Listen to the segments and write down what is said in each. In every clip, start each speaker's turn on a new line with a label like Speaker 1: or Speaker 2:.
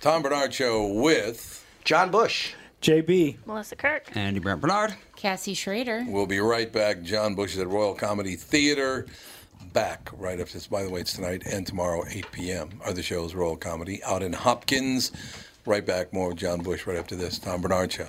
Speaker 1: Tom Bernard Show with.
Speaker 2: John Bush.
Speaker 3: JB.
Speaker 4: Melissa Kirk.
Speaker 5: Andy Brent Bernard.
Speaker 6: Cassie Schrader.
Speaker 1: We'll be right back. John Bush is at Royal Comedy Theater. Back right after this. By the way, it's tonight and tomorrow, 8 p.m. are the shows Royal Comedy out in Hopkins. Right back, more with John Bush right after this. Tom Bernard Show.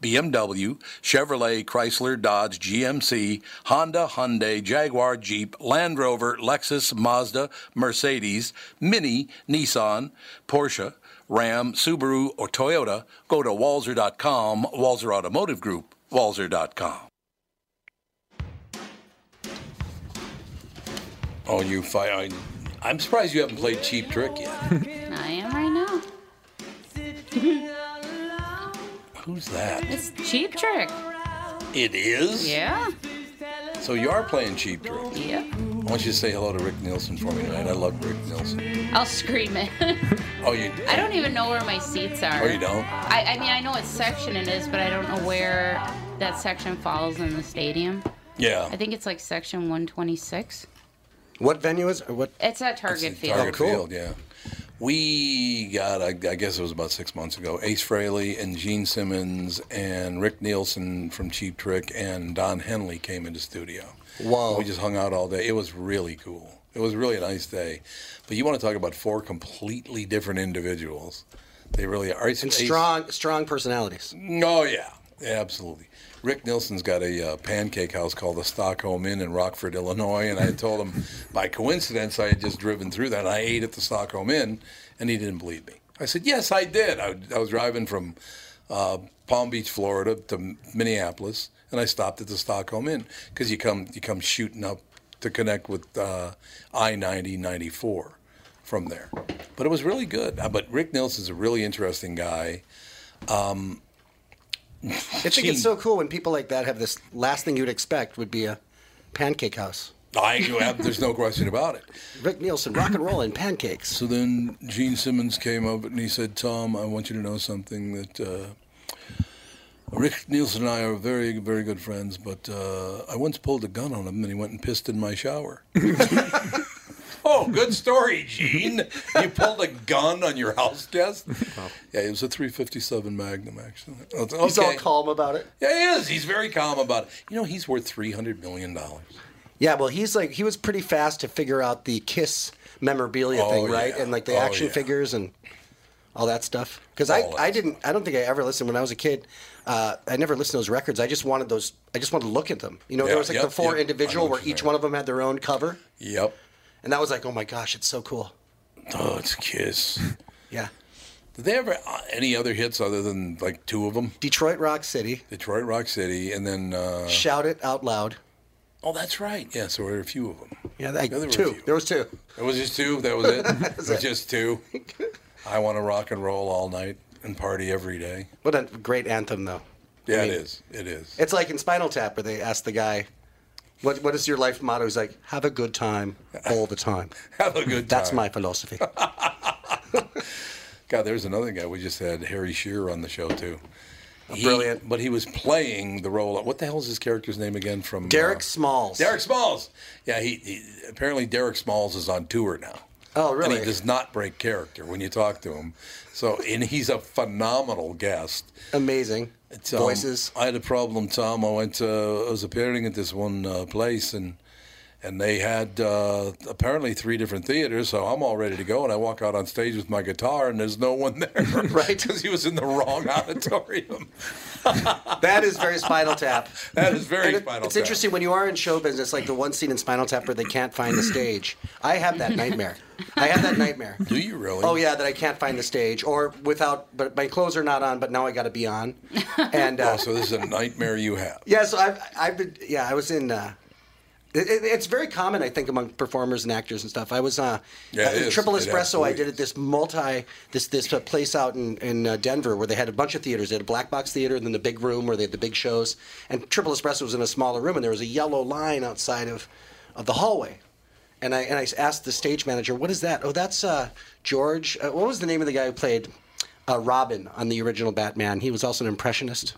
Speaker 1: BMW, Chevrolet, Chrysler, Dodge, GMC, Honda, Hyundai, Jaguar, Jeep, Land Rover, Lexus, Mazda, Mercedes, Mini, Nissan, Porsche, Ram, Subaru, or Toyota, go to walzer.com, Walzer Automotive Group, walzer.com. Oh, you fi- I, I'm surprised you haven't played Cheap Trick yet.
Speaker 6: I am right now.
Speaker 1: Who's that?
Speaker 6: It's Cheap Trick.
Speaker 1: It is?
Speaker 6: Yeah.
Speaker 1: So you are playing Cheap Trick.
Speaker 6: Yeah.
Speaker 1: I want you to say hello to Rick Nielsen for me tonight. I love Rick Nielsen.
Speaker 6: I'll scream it.
Speaker 1: Oh, you
Speaker 6: I don't even know where my seats are.
Speaker 1: Oh, you don't?
Speaker 6: I, I mean, I know what section it is, but I don't know where that section falls in the stadium. I
Speaker 1: Yeah.
Speaker 6: think it's like section 126.
Speaker 2: What venue is what?
Speaker 6: It's at Target
Speaker 1: It's in
Speaker 6: Field.
Speaker 1: Target
Speaker 2: Oh, cool.
Speaker 1: Field, yeah. We got, I, I guess it was about six months ago, Ace Frehley and Gene Simmons and Rick Nielsen from Cheap Trick and Don Henley came into studio.
Speaker 2: Wow.
Speaker 1: We just hung out all day. It was really cool. It was really a nice day. But you want to talk about four completely different individuals. They really are. Ace-
Speaker 2: And
Speaker 1: Ace-
Speaker 2: strong, strong personalities.
Speaker 1: Oh yeah, Yeah, absolutely. Rick Nielsen's got a uh, pancake house called the Stockholm Inn in Rockford, Illinois, and I told him by coincidence I had just driven through that. And I ate at the Stockholm Inn, and he didn't believe me. I said, "Yes, I did. I, I was driving from uh, Palm Beach, Florida, to Minneapolis, and I stopped at the Stockholm Inn because you come you come shooting up to connect with uh, I 90 94 from there. But it was really good. Uh, But Rick Nielsen's a really interesting guy. Um,
Speaker 2: I think it's so cool when people like that have this last thing you'd expect would be a pancake house.
Speaker 1: I you have, there's no question about it.
Speaker 2: Rick Nielsen, rock and roll and pancakes.
Speaker 1: So then Gene Simmons came up and he said, Tom, I want you to know something that uh, Rick Nielsen and I are very, very good friends, but uh, I once pulled a gun on him and he went and pissed in my shower. oh, good story, Gene. You pulled a gun on your house guest? Yeah, it was a 357 Magnum, actually. Okay.
Speaker 2: He's all calm about it.
Speaker 1: Yeah, he is. He's very calm about it. You know, he's worth $300 million.
Speaker 2: Yeah, well, he's like he was pretty fast to figure out the Kiss memorabilia
Speaker 1: Oh,
Speaker 2: thing, right?
Speaker 1: yeah.
Speaker 2: And like the
Speaker 1: Oh,
Speaker 2: action
Speaker 1: yeah.
Speaker 2: figures and all that stuff. Because
Speaker 1: All
Speaker 2: I,
Speaker 1: that
Speaker 2: I didn't, I don't think I ever listened when I was a kid. Uh, I never listened to those records. I just wanted those. I just wanted to look at them. You know,
Speaker 1: Yeah,
Speaker 2: there was like
Speaker 1: yep,
Speaker 2: the four
Speaker 1: yep. I
Speaker 2: individual
Speaker 1: know
Speaker 2: where
Speaker 1: what you're
Speaker 2: each
Speaker 1: saying.
Speaker 2: one of them had their own cover,
Speaker 1: Yep.
Speaker 2: and that was like, oh my gosh, it's so cool.
Speaker 1: Oh, it's Kiss.
Speaker 2: Yeah.
Speaker 1: Did they ever uh, any other hits other than like two of them?
Speaker 2: Detroit Rock City.
Speaker 1: Detroit Rock City, and then uh,
Speaker 2: Shout it out loud.
Speaker 1: oh, that's right. Yeah, so there were a few of them.
Speaker 2: Yeah, that,
Speaker 1: there were a
Speaker 2: two.
Speaker 1: few.
Speaker 2: There was two.
Speaker 1: It was just two. That was it. it was just two. I want to rock and roll all night and party every day.
Speaker 2: What a great anthem, though.
Speaker 1: Yeah,
Speaker 2: I mean,
Speaker 1: it is. It is.
Speaker 2: It's like in Spinal Tap where they ask the guy, "What What is your life motto?" He's like, "Have a good time all the time."
Speaker 1: Have a good time.
Speaker 2: That's my philosophy.
Speaker 1: God, there's another guy. We just had Harry Shearer on the show too. He-
Speaker 2: brilliant.
Speaker 1: but he was playing the role. Of, what the hell is his character's name again? From uh,
Speaker 2: Derek Smalls.
Speaker 1: Derek Smalls. Yeah, he, he apparently Derek Smalls is on tour now.
Speaker 2: Oh,
Speaker 1: And
Speaker 2: really?
Speaker 1: he does not break character when you talk to him. So, and he's a phenomenal guest.
Speaker 2: Amazing
Speaker 1: Um,
Speaker 2: voices.
Speaker 1: I had a problem, Tom. I went to, I was appearing at this one uh, place and and they had uh, apparently three different theaters, so I'm all ready to go. And I walk out on stage with my guitar, and there's no one there,
Speaker 2: Right.
Speaker 1: Because he was in the wrong auditorium.
Speaker 2: That is very Spinal Tap.
Speaker 1: That is very
Speaker 2: And it-
Speaker 1: Spinal
Speaker 2: It's
Speaker 1: Tap.
Speaker 2: interesting when you are in show business, like the one scene in Spinal Tap where they can't find the stage. I have that nightmare. I have that nightmare.
Speaker 1: Do you really?
Speaker 2: Oh yeah, that I can't find the stage, or without, but my clothes are not on, but now I got to be on, and uh,
Speaker 1: Oh, so this is a nightmare you have.
Speaker 2: Yeah, so I've, I've been, yeah, I was in, uh, it, it- it's very common, I think, among performers and actors and stuff. I was, uh,
Speaker 1: Yeah, it
Speaker 2: at
Speaker 1: is.
Speaker 2: Triple
Speaker 1: It
Speaker 2: Espresso, I
Speaker 1: absolutely
Speaker 2: did at
Speaker 1: is.
Speaker 2: this multi, this, this uh, place out in, in uh, Denver where they had a bunch of theaters. They had a black box theater and then the big room where they had the big shows. And Triple Espresso was in a smaller room and there was a yellow line outside of, of the hallway. And I, and I asked the stage manager, what is that? Oh, that's uh, George, uh, what was the name of the guy who played uh, Robin on the original Batman? He was also an impressionist.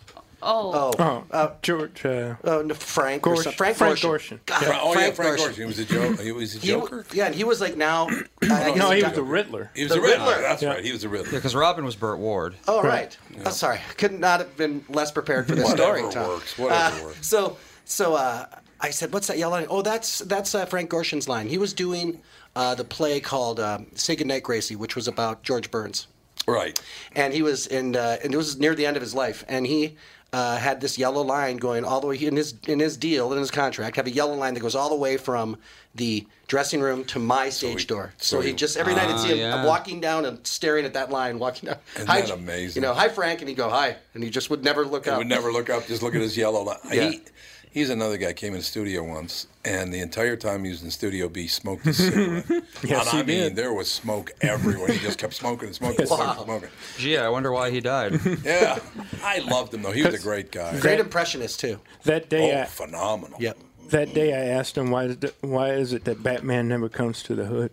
Speaker 6: Oh,
Speaker 3: Oh, George. Uh,
Speaker 2: Oh, no, Frank. Or
Speaker 3: Gorsh.
Speaker 2: some- Frank,
Speaker 3: Frank
Speaker 2: Gorshin.
Speaker 3: Gorshin.
Speaker 2: God,
Speaker 1: Fra- oh yeah, Frank
Speaker 2: Gorshin.
Speaker 1: Gorshin. He was a joke. He was a
Speaker 2: He w-
Speaker 1: Joker.
Speaker 2: yeah, and he was like now. I guess
Speaker 3: no,
Speaker 2: he
Speaker 3: he was
Speaker 2: got-
Speaker 3: the Riddler.
Speaker 1: He was a
Speaker 2: the
Speaker 1: Riddler.
Speaker 2: Riddler.
Speaker 1: That's
Speaker 3: Yeah.
Speaker 1: right. He was a Riddler.
Speaker 4: Because Robin was Burt Ward.
Speaker 2: Oh right. Oh, sorry, could not have been less prepared for this
Speaker 1: Whatever
Speaker 2: story. Tom.
Speaker 1: works, whatever
Speaker 2: Uh,
Speaker 1: works.
Speaker 2: So, so uh, I said, "What's that yellow line?" Oh, that's that's uh, Frank Gorshin's line. He was doing uh, the play called um, "Say Goodnight, Gracie," which was about George Burns.
Speaker 1: Right.
Speaker 2: and he was in uh, and it was near the end of his life and he uh, had this yellow line going all the way in his in his deal in his contract have a yellow line that goes all the way from the dressing room to my stage
Speaker 1: he-
Speaker 2: door
Speaker 1: so
Speaker 2: so, he,
Speaker 1: he-
Speaker 2: just every night i'd see him
Speaker 4: Ah, yeah.
Speaker 2: walking down and staring at that line walking down
Speaker 1: Isn't
Speaker 2: hi,
Speaker 1: that amazing?
Speaker 2: you know hi frank and he'd go hi and he just would never look
Speaker 1: He
Speaker 2: up
Speaker 1: would never look up. Just look at his yellow line.
Speaker 2: Yeah.
Speaker 1: He, he's another guy. Came in the studio once, and the entire time he was in Studio B, smoked a cigarette.
Speaker 3: Yes,
Speaker 1: and
Speaker 3: he
Speaker 1: I mean,
Speaker 3: did.
Speaker 1: there was smoke everywhere. He just kept smoking and smoking, and smoking,
Speaker 2: Wow.
Speaker 1: smoking.
Speaker 4: Gee, I wonder why he died.
Speaker 1: Yeah, I loved him though. He was a great guy.
Speaker 2: great impressionist too
Speaker 3: That
Speaker 1: oh,
Speaker 3: day, I,
Speaker 1: phenomenal.
Speaker 2: yep
Speaker 3: that day I asked him why is it, why is it that Batman never comes to the hood,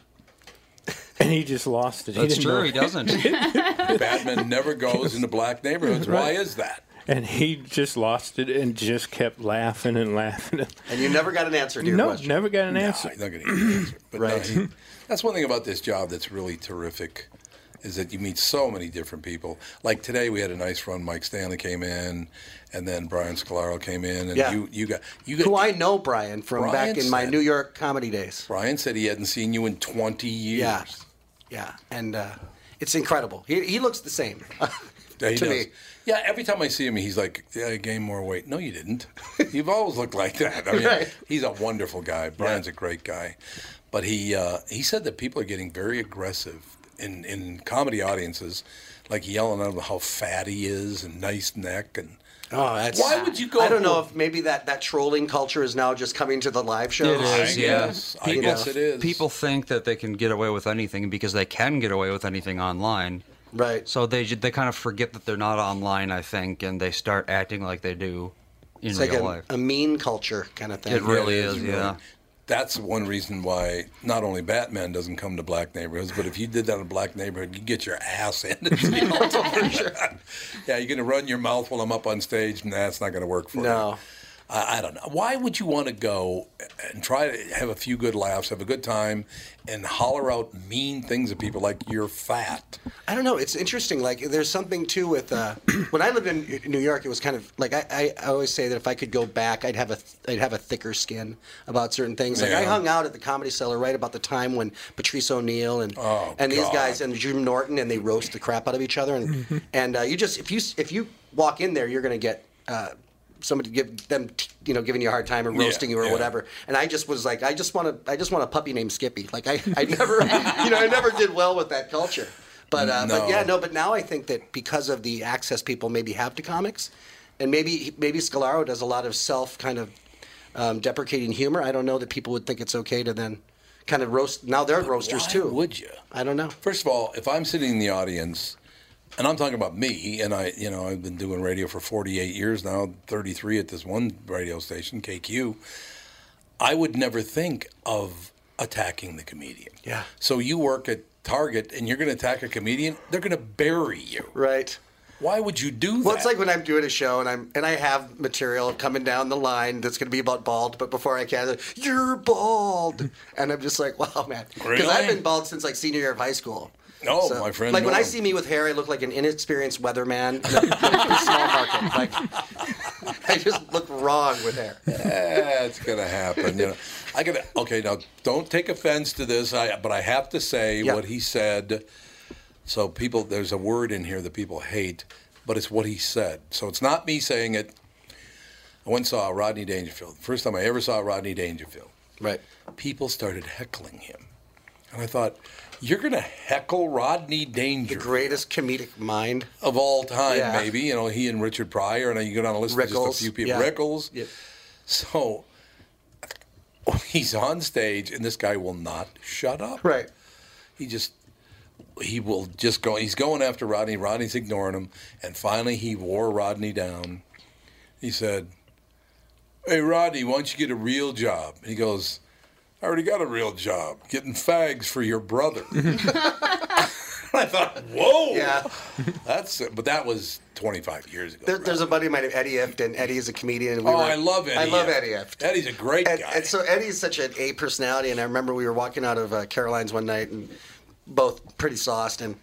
Speaker 3: and he just lost it. He
Speaker 4: That's
Speaker 3: didn't
Speaker 4: true,
Speaker 3: know.
Speaker 4: he doesn't.
Speaker 1: Batman never goes into black neighborhoods. Why is that?
Speaker 3: And he just lost it and just kept laughing and laughing.
Speaker 2: and you never got an answer to your
Speaker 3: no,
Speaker 2: question
Speaker 3: never got an
Speaker 1: No,
Speaker 3: answer.
Speaker 1: he's not going to answer. But no,
Speaker 2: Right.
Speaker 1: he- that's one thing about this job that's really terrific, is that you meet so many different people. Like today, we had a nice run. Mike Stanley came in, and then Brian Scalaro came in, and
Speaker 2: Yeah.
Speaker 1: you you got you got.
Speaker 2: who i know brian from
Speaker 1: Brian
Speaker 2: back in my
Speaker 1: said-
Speaker 2: new york comedy days
Speaker 1: Brian said he hadn't seen you in 20 years.
Speaker 2: Yeah, yeah, and uh, it's incredible. He, he looks the same
Speaker 1: Yeah, he
Speaker 2: to
Speaker 1: does.
Speaker 2: me.
Speaker 1: Yeah, every time I see him, he's like, yeah, I gained more weight. No, you didn't. You've always looked like that. I mean,
Speaker 2: Right.
Speaker 1: he's a wonderful guy. Brian's a great guy. But he uh, he said that people are getting very aggressive in, in comedy audiences, like yelling at him how fat he is and nice neck. and
Speaker 2: Oh, that's,
Speaker 1: Why would you go
Speaker 2: I don't know
Speaker 1: for-
Speaker 2: if maybe that that trolling culture is now just coming to the live
Speaker 4: It
Speaker 2: shows.
Speaker 4: is.
Speaker 1: I
Speaker 4: yeah.
Speaker 1: guess, I
Speaker 4: People-
Speaker 1: guess it is.
Speaker 4: People think that they can get away with anything because they can get away with anything online.
Speaker 2: Right.
Speaker 4: So they ju- they kind of forget that they're not online, I think, and they start acting like they do in
Speaker 2: it's like
Speaker 4: real
Speaker 2: a,
Speaker 4: life.
Speaker 2: a mean culture kind of thing.
Speaker 4: it really
Speaker 1: it is,
Speaker 4: is,
Speaker 1: really.
Speaker 4: yeah.
Speaker 1: That's one reason why not only Batman doesn't come to black neighborhoods, but if you did that in a black neighborhood, you'd get your ass handed to you. yeah, you're going to run your mouth while I'm up on stage, and that's not going to work for you.
Speaker 2: No.
Speaker 1: I, I don't know. Why would you want to go and try to have a few good laughs, have a good time, and holler out mean things at people like you're fat?
Speaker 2: I don't know. It's interesting. Like, there's something too with uh, when I lived in New York. It was kind of like I, I always say that if I could go back, I'd have a th- I'd have a thicker skin about certain things. Like I
Speaker 1: Yeah.
Speaker 2: hung out at the Comedy Cellar right about the time when Patrice O'Neill and
Speaker 1: Oh,
Speaker 2: and these
Speaker 1: God. Mm-hmm.
Speaker 2: guys and Jim Norton and they roast the crap out of each other. And and uh, you just if you s- if you walk in there, you're gonna get. Uh, Somebody give them, t- you know, giving you a hard time or
Speaker 1: Yeah,
Speaker 2: roasting you or
Speaker 1: yeah.
Speaker 2: whatever, and I just was like, I just want to, I just want a puppy named Skippy. Like I, I never, you know, I never did well with that culture. But uh,
Speaker 1: No.
Speaker 2: but yeah, no. But now I think that because of the access people maybe have to comics, and maybe maybe Scalaro does a lot of self kind of um, deprecating humor. I don't know that people would think it's okay to then kind of roast. Now they're roasters
Speaker 1: Why
Speaker 2: too.
Speaker 1: Would you?
Speaker 2: I don't know.
Speaker 1: First of all, if I'm sitting in the audience, and I'm talking about me, and I, you know, I've been doing radio for 48 years now, 33 at this one radio station, KQ. I would never think of attacking the comedian.
Speaker 2: Yeah.
Speaker 1: So you work at Target, and you're going to attack a comedian. They're going to bury you.
Speaker 2: Right.
Speaker 1: Why would you do that?
Speaker 2: Well, it's like when I'm doing a show and I'm and I have material coming down the line that's going to be about bald, but before I can, like, you're bald, and I'm just like, wow, man, because I've
Speaker 1: Really?
Speaker 2: been bald since like senior year of high school.
Speaker 1: Oh, my friend,
Speaker 2: Like when I
Speaker 1: no.
Speaker 2: see me with hair, I look like an inexperienced weatherman in a, in a small market. Like I just look wrong with hair.
Speaker 1: That's gonna happen. You know, I gotta. Okay, now don't take offense to this, I, but I have to say
Speaker 2: Yeah.
Speaker 1: what he said. So people, there's a word in here that people hate, but it's what he said. So it's not me saying it. I went and saw Rodney Dangerfield. First time I ever saw Rodney Dangerfield.
Speaker 2: Right.
Speaker 1: People started heckling him, and I thought, "You're gonna heckle Rodney
Speaker 2: The
Speaker 1: Dangerfield
Speaker 2: greatest comedic mind.
Speaker 1: of all time,
Speaker 2: Yeah.
Speaker 1: maybe." You know, he and Richard Pryor, and you go down a list of
Speaker 2: Rickles.
Speaker 1: just a few people.
Speaker 2: yeah.
Speaker 1: Rickles.
Speaker 2: Yeah.
Speaker 1: So he's on stage, and this guy will not shut up.
Speaker 2: Right.
Speaker 1: He just he will just go. He's going after Rodney. Rodney's ignoring him, and finally he wore Rodney down. He said, "Hey Rodney, why don't you get a real job?" And he goes. I already got a real job getting fags for your brother. and I thought, whoa,
Speaker 2: Yeah.
Speaker 1: that's but that was 25 years ago.
Speaker 2: There, there's a
Speaker 1: right?
Speaker 2: buddy of mine named Eddie Ift, and Eddie is a comedian. And we
Speaker 1: oh,
Speaker 2: were-
Speaker 1: I love Eddie.
Speaker 2: I love
Speaker 1: Ift.
Speaker 2: Eddie Ift.
Speaker 1: Eddie's a great
Speaker 2: and,
Speaker 1: guy.
Speaker 2: and so Eddie's such an A personality, and I remember we were walking out of uh, Caroline's one night, and both pretty sauced, and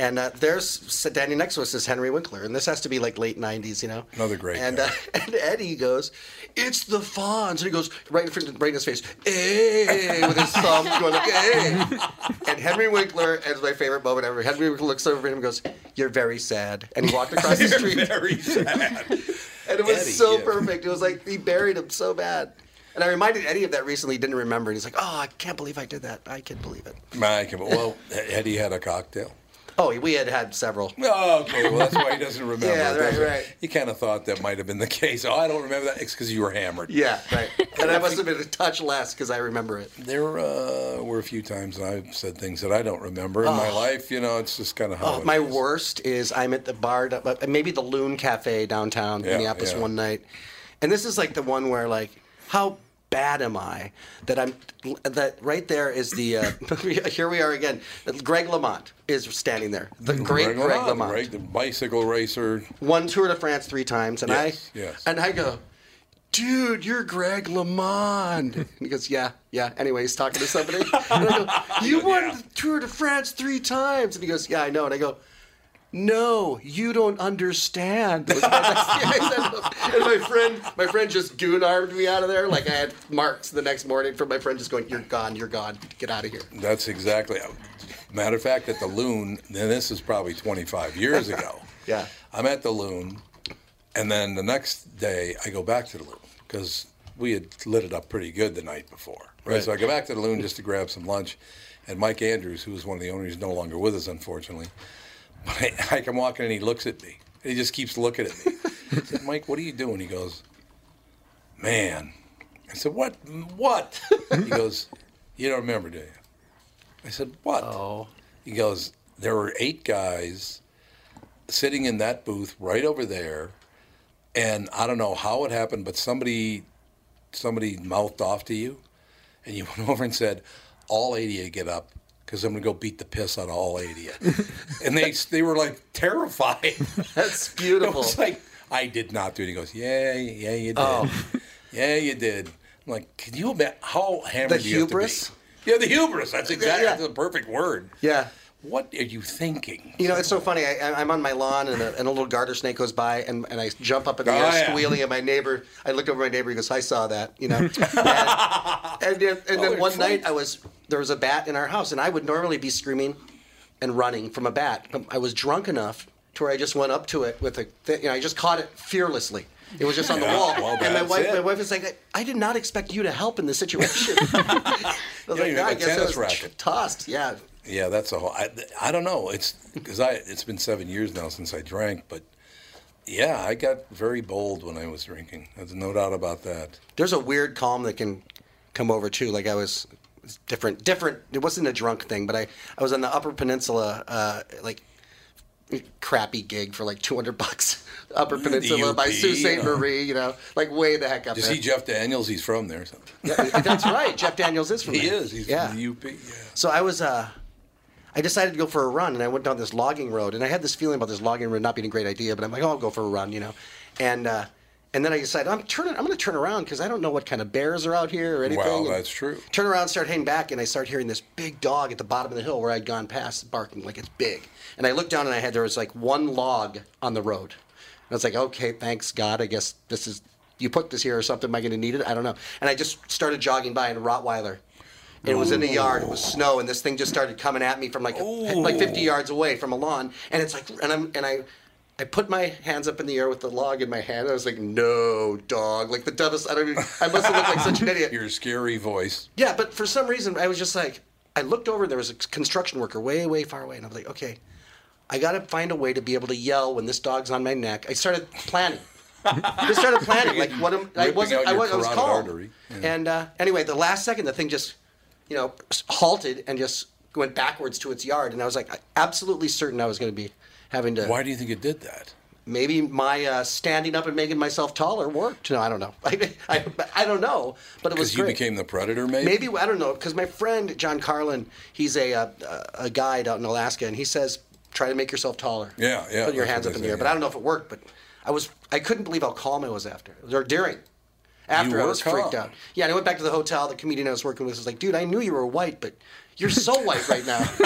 Speaker 2: and uh, there's standing next to us is Henry Winkler, and this has to be like late '90s, you know.
Speaker 1: Another great
Speaker 2: And
Speaker 1: guy.
Speaker 2: uh, and Eddie goes, "It's the Fonz," and he goes right in front, right in his face, "Hey!" with his thumb going like, "Hey!" And Henry Winkler, as my favorite moment ever, Henry Winkler looks over at him and goes, "You're very sad," and he walked across the street.
Speaker 1: Very sad.
Speaker 2: And it was
Speaker 1: Eddie,
Speaker 2: so
Speaker 1: yeah.
Speaker 2: perfect. It was like he buried him so bad. And I reminded Eddie of that recently. He didn't remember. And he's like, "Oh, I can't believe I did that. I can't believe it."
Speaker 1: My, com- well, Eddie had a cocktail.
Speaker 2: Oh, we had had several.
Speaker 1: Oh, okay. Well, that's why he doesn't remember.
Speaker 2: Yeah,
Speaker 1: does
Speaker 2: right,
Speaker 1: he?
Speaker 2: right.
Speaker 1: You kind of thought that might have been the case. Oh, I don't remember that. It's because you were hammered.
Speaker 2: Yeah, right. And I must have been a touch less because I remember it.
Speaker 1: There uh, were a few times that I've said things that I don't remember in my life. You know, it's just kind of how.
Speaker 2: Oh,
Speaker 1: it
Speaker 2: my
Speaker 1: is.
Speaker 2: worst is I'm at the bar, uh, maybe the Loon Cafe downtown
Speaker 1: Yeah,
Speaker 2: Minneapolis
Speaker 1: yeah.
Speaker 2: one night, and this is like the one where like how bad am I that I'm that right there is the uh, here we are again. Greg Lamont is standing there, the great Greg,
Speaker 1: Lamont,
Speaker 2: Lamont.
Speaker 1: Mm, right? The bicycle racer.
Speaker 2: One Tour de France three times, and
Speaker 1: Yes,
Speaker 2: I
Speaker 1: yes.
Speaker 2: and I go, dude, you're Greg LeMond. and he goes, yeah, yeah. Anyway, he's talking to somebody. and I go, you won the Tour de France three times, and he goes, yeah, I know. And I go. No, you don't understand. was my next- I said- and my friend, my friend just goon armed me out of there. Like I had marks the next morning from my friend just going, "You're gone, you're gone, get out of here."
Speaker 1: That's exactly. Matter of fact, at the Loon, and this is probably 25 years ago.
Speaker 2: Yeah.
Speaker 1: I'm at the Loon, and then the next day I go back to the Loon because we had lit it up pretty good the night before. Right? So I go back to the Loon just to grab some lunch, and Mike Andrews, who was one of the owners, is no longer with us, unfortunately. But I, I come walking and he looks at me. And he just keeps looking at me. I said, Mike, what are you doing? He goes, Man. I said, What? What? He goes, You don't remember, do you? I said, What?
Speaker 2: Oh.
Speaker 1: He goes, There were eight guys sitting in that booth right over there, and I don't know how it happened, but somebody somebody mouthed off to you, and you went over and said, "All eight of you get up." Because I'm gonna go beat the piss out of all eight of you, and they they were like terrified.
Speaker 2: That's
Speaker 1: I
Speaker 2: beautiful.
Speaker 1: was like, I did not do it. He goes, Yeah, yeah, you did.
Speaker 2: Oh.
Speaker 1: Yeah, you did. I'm like, can you imagine how hammered
Speaker 2: The
Speaker 1: do you
Speaker 2: hubris?
Speaker 1: have to be? Yeah, the hubris. That's exactly
Speaker 2: yeah.
Speaker 1: the perfect word.
Speaker 2: yeah.
Speaker 1: What are you thinking?
Speaker 2: You know, it's so funny. I, I- I'm on my lawn, and a, and a little garter snake goes by, and, and I jump up in the
Speaker 1: Oh,
Speaker 2: air,
Speaker 1: yeah.
Speaker 2: squealing. And my neighbor, I look over at my neighbor. He goes, "I saw that," you know. and and, then- and
Speaker 1: Oh,
Speaker 2: then
Speaker 1: they're
Speaker 2: one night,
Speaker 1: friends.
Speaker 2: I was there was a bat in our house, and I would normally be screaming and running from a bat. But I was drunk enough to where I just went up to it with a, th- you know, I just caught it fearlessly. It was just on
Speaker 1: Yeah,
Speaker 2: the wall,
Speaker 1: well,
Speaker 2: and my
Speaker 1: that's
Speaker 2: wife,
Speaker 1: it.
Speaker 2: my wife was like, "I, I did not expect you to help in this situation." I was
Speaker 1: you have a
Speaker 2: I guess I
Speaker 1: tennis
Speaker 2: was
Speaker 1: racket."
Speaker 2: tossed. Yeah,
Speaker 1: Yeah, that's a whole. I, I don't know. It's because I. It's been seven years now since I drank, but yeah, I got very bold when I was drinking. There's no doubt about that.
Speaker 2: There's a weird calm that can come over too. Like I was it was different, different. It wasn't a drunk thing, but I I was on the Upper Peninsula, uh, like crappy gig for like 200 bucks. Upper
Speaker 1: The
Speaker 2: Peninsula by
Speaker 1: UP,
Speaker 2: Sault Ste.
Speaker 1: yeah.
Speaker 2: Marie, you know, like way the heck up
Speaker 1: You
Speaker 2: there.
Speaker 1: see Jeff Daniels? He's from there. So.
Speaker 2: Yeah, that's right. Jeff Daniels is from
Speaker 1: He
Speaker 2: there.
Speaker 1: is. He's
Speaker 2: yeah.
Speaker 1: from the UP. Yeah.
Speaker 2: So I was, uh, I decided to go for a run, and I went down this logging road, and I had this feeling about this logging road not being a great idea, but I'm like, oh, I'll go for a run, you know, and uh, and then I decided I'm turning, I'm going to turn around because I don't know what kind of bears are out here or anything.
Speaker 1: Wow,
Speaker 2: And
Speaker 1: that's true.
Speaker 2: Turn around, start heading back, and I start hearing this big dog at the bottom of the hill where I'd gone past barking like it's big, and I looked down and I had there was like one log on the road, and I was like, okay, thanks God, I guess this is. You put this here or something? Am I going to need it? I don't know. And I just started jogging by, and Rottweiler and it was in the yard. It was snow, and this thing just started coming at me from like like 50 yards away from a lawn. And it's like, and I'm and I, I put my hands up in the air with the log in my hand. I was like, no, dog. Like the dumbest. I don't. Even, I must have looked like such an idiot.
Speaker 1: Your scary voice.
Speaker 2: Yeah, but for some reason, I was just like, I looked over and there was a construction worker way, way far away, and I'm like, okay, I gotta find a way to be able to yell when this dog's on my neck. I started planning. just started planning, like what am
Speaker 1: Ripping
Speaker 2: I
Speaker 1: out
Speaker 2: wasn't I
Speaker 1: your
Speaker 2: was, I was
Speaker 1: carotid
Speaker 2: calm.
Speaker 1: artery. Yeah.
Speaker 2: And uh, anyway, the last second, the thing just, you know, halted and just went backwards to its yard, and I was like, absolutely certain I was gonna be having to.
Speaker 1: Why do you think it did that?
Speaker 2: Maybe my uh, standing up and making myself taller worked. No, I don't know. I, I, I don't know, but it was
Speaker 1: Because you
Speaker 2: great.
Speaker 1: became the predator, maybe.
Speaker 2: Maybe I don't know because my friend John Carlin, he's a uh, a guide out in Alaska, and he says try to make yourself taller.
Speaker 1: Yeah, yeah,
Speaker 2: Put your
Speaker 1: that's
Speaker 2: hands
Speaker 1: what
Speaker 2: up in
Speaker 1: they
Speaker 2: the air.
Speaker 1: say,
Speaker 2: But
Speaker 1: yeah.
Speaker 2: I don't know if it worked. But I was I couldn't believe how calm I was after or during. After
Speaker 1: You
Speaker 2: I
Speaker 1: were
Speaker 2: was freaked
Speaker 1: calm.
Speaker 2: out. Yeah, and I went back to the hotel. The comedian I was working with was like, "Dude, I knew you were white, but you're so white right now."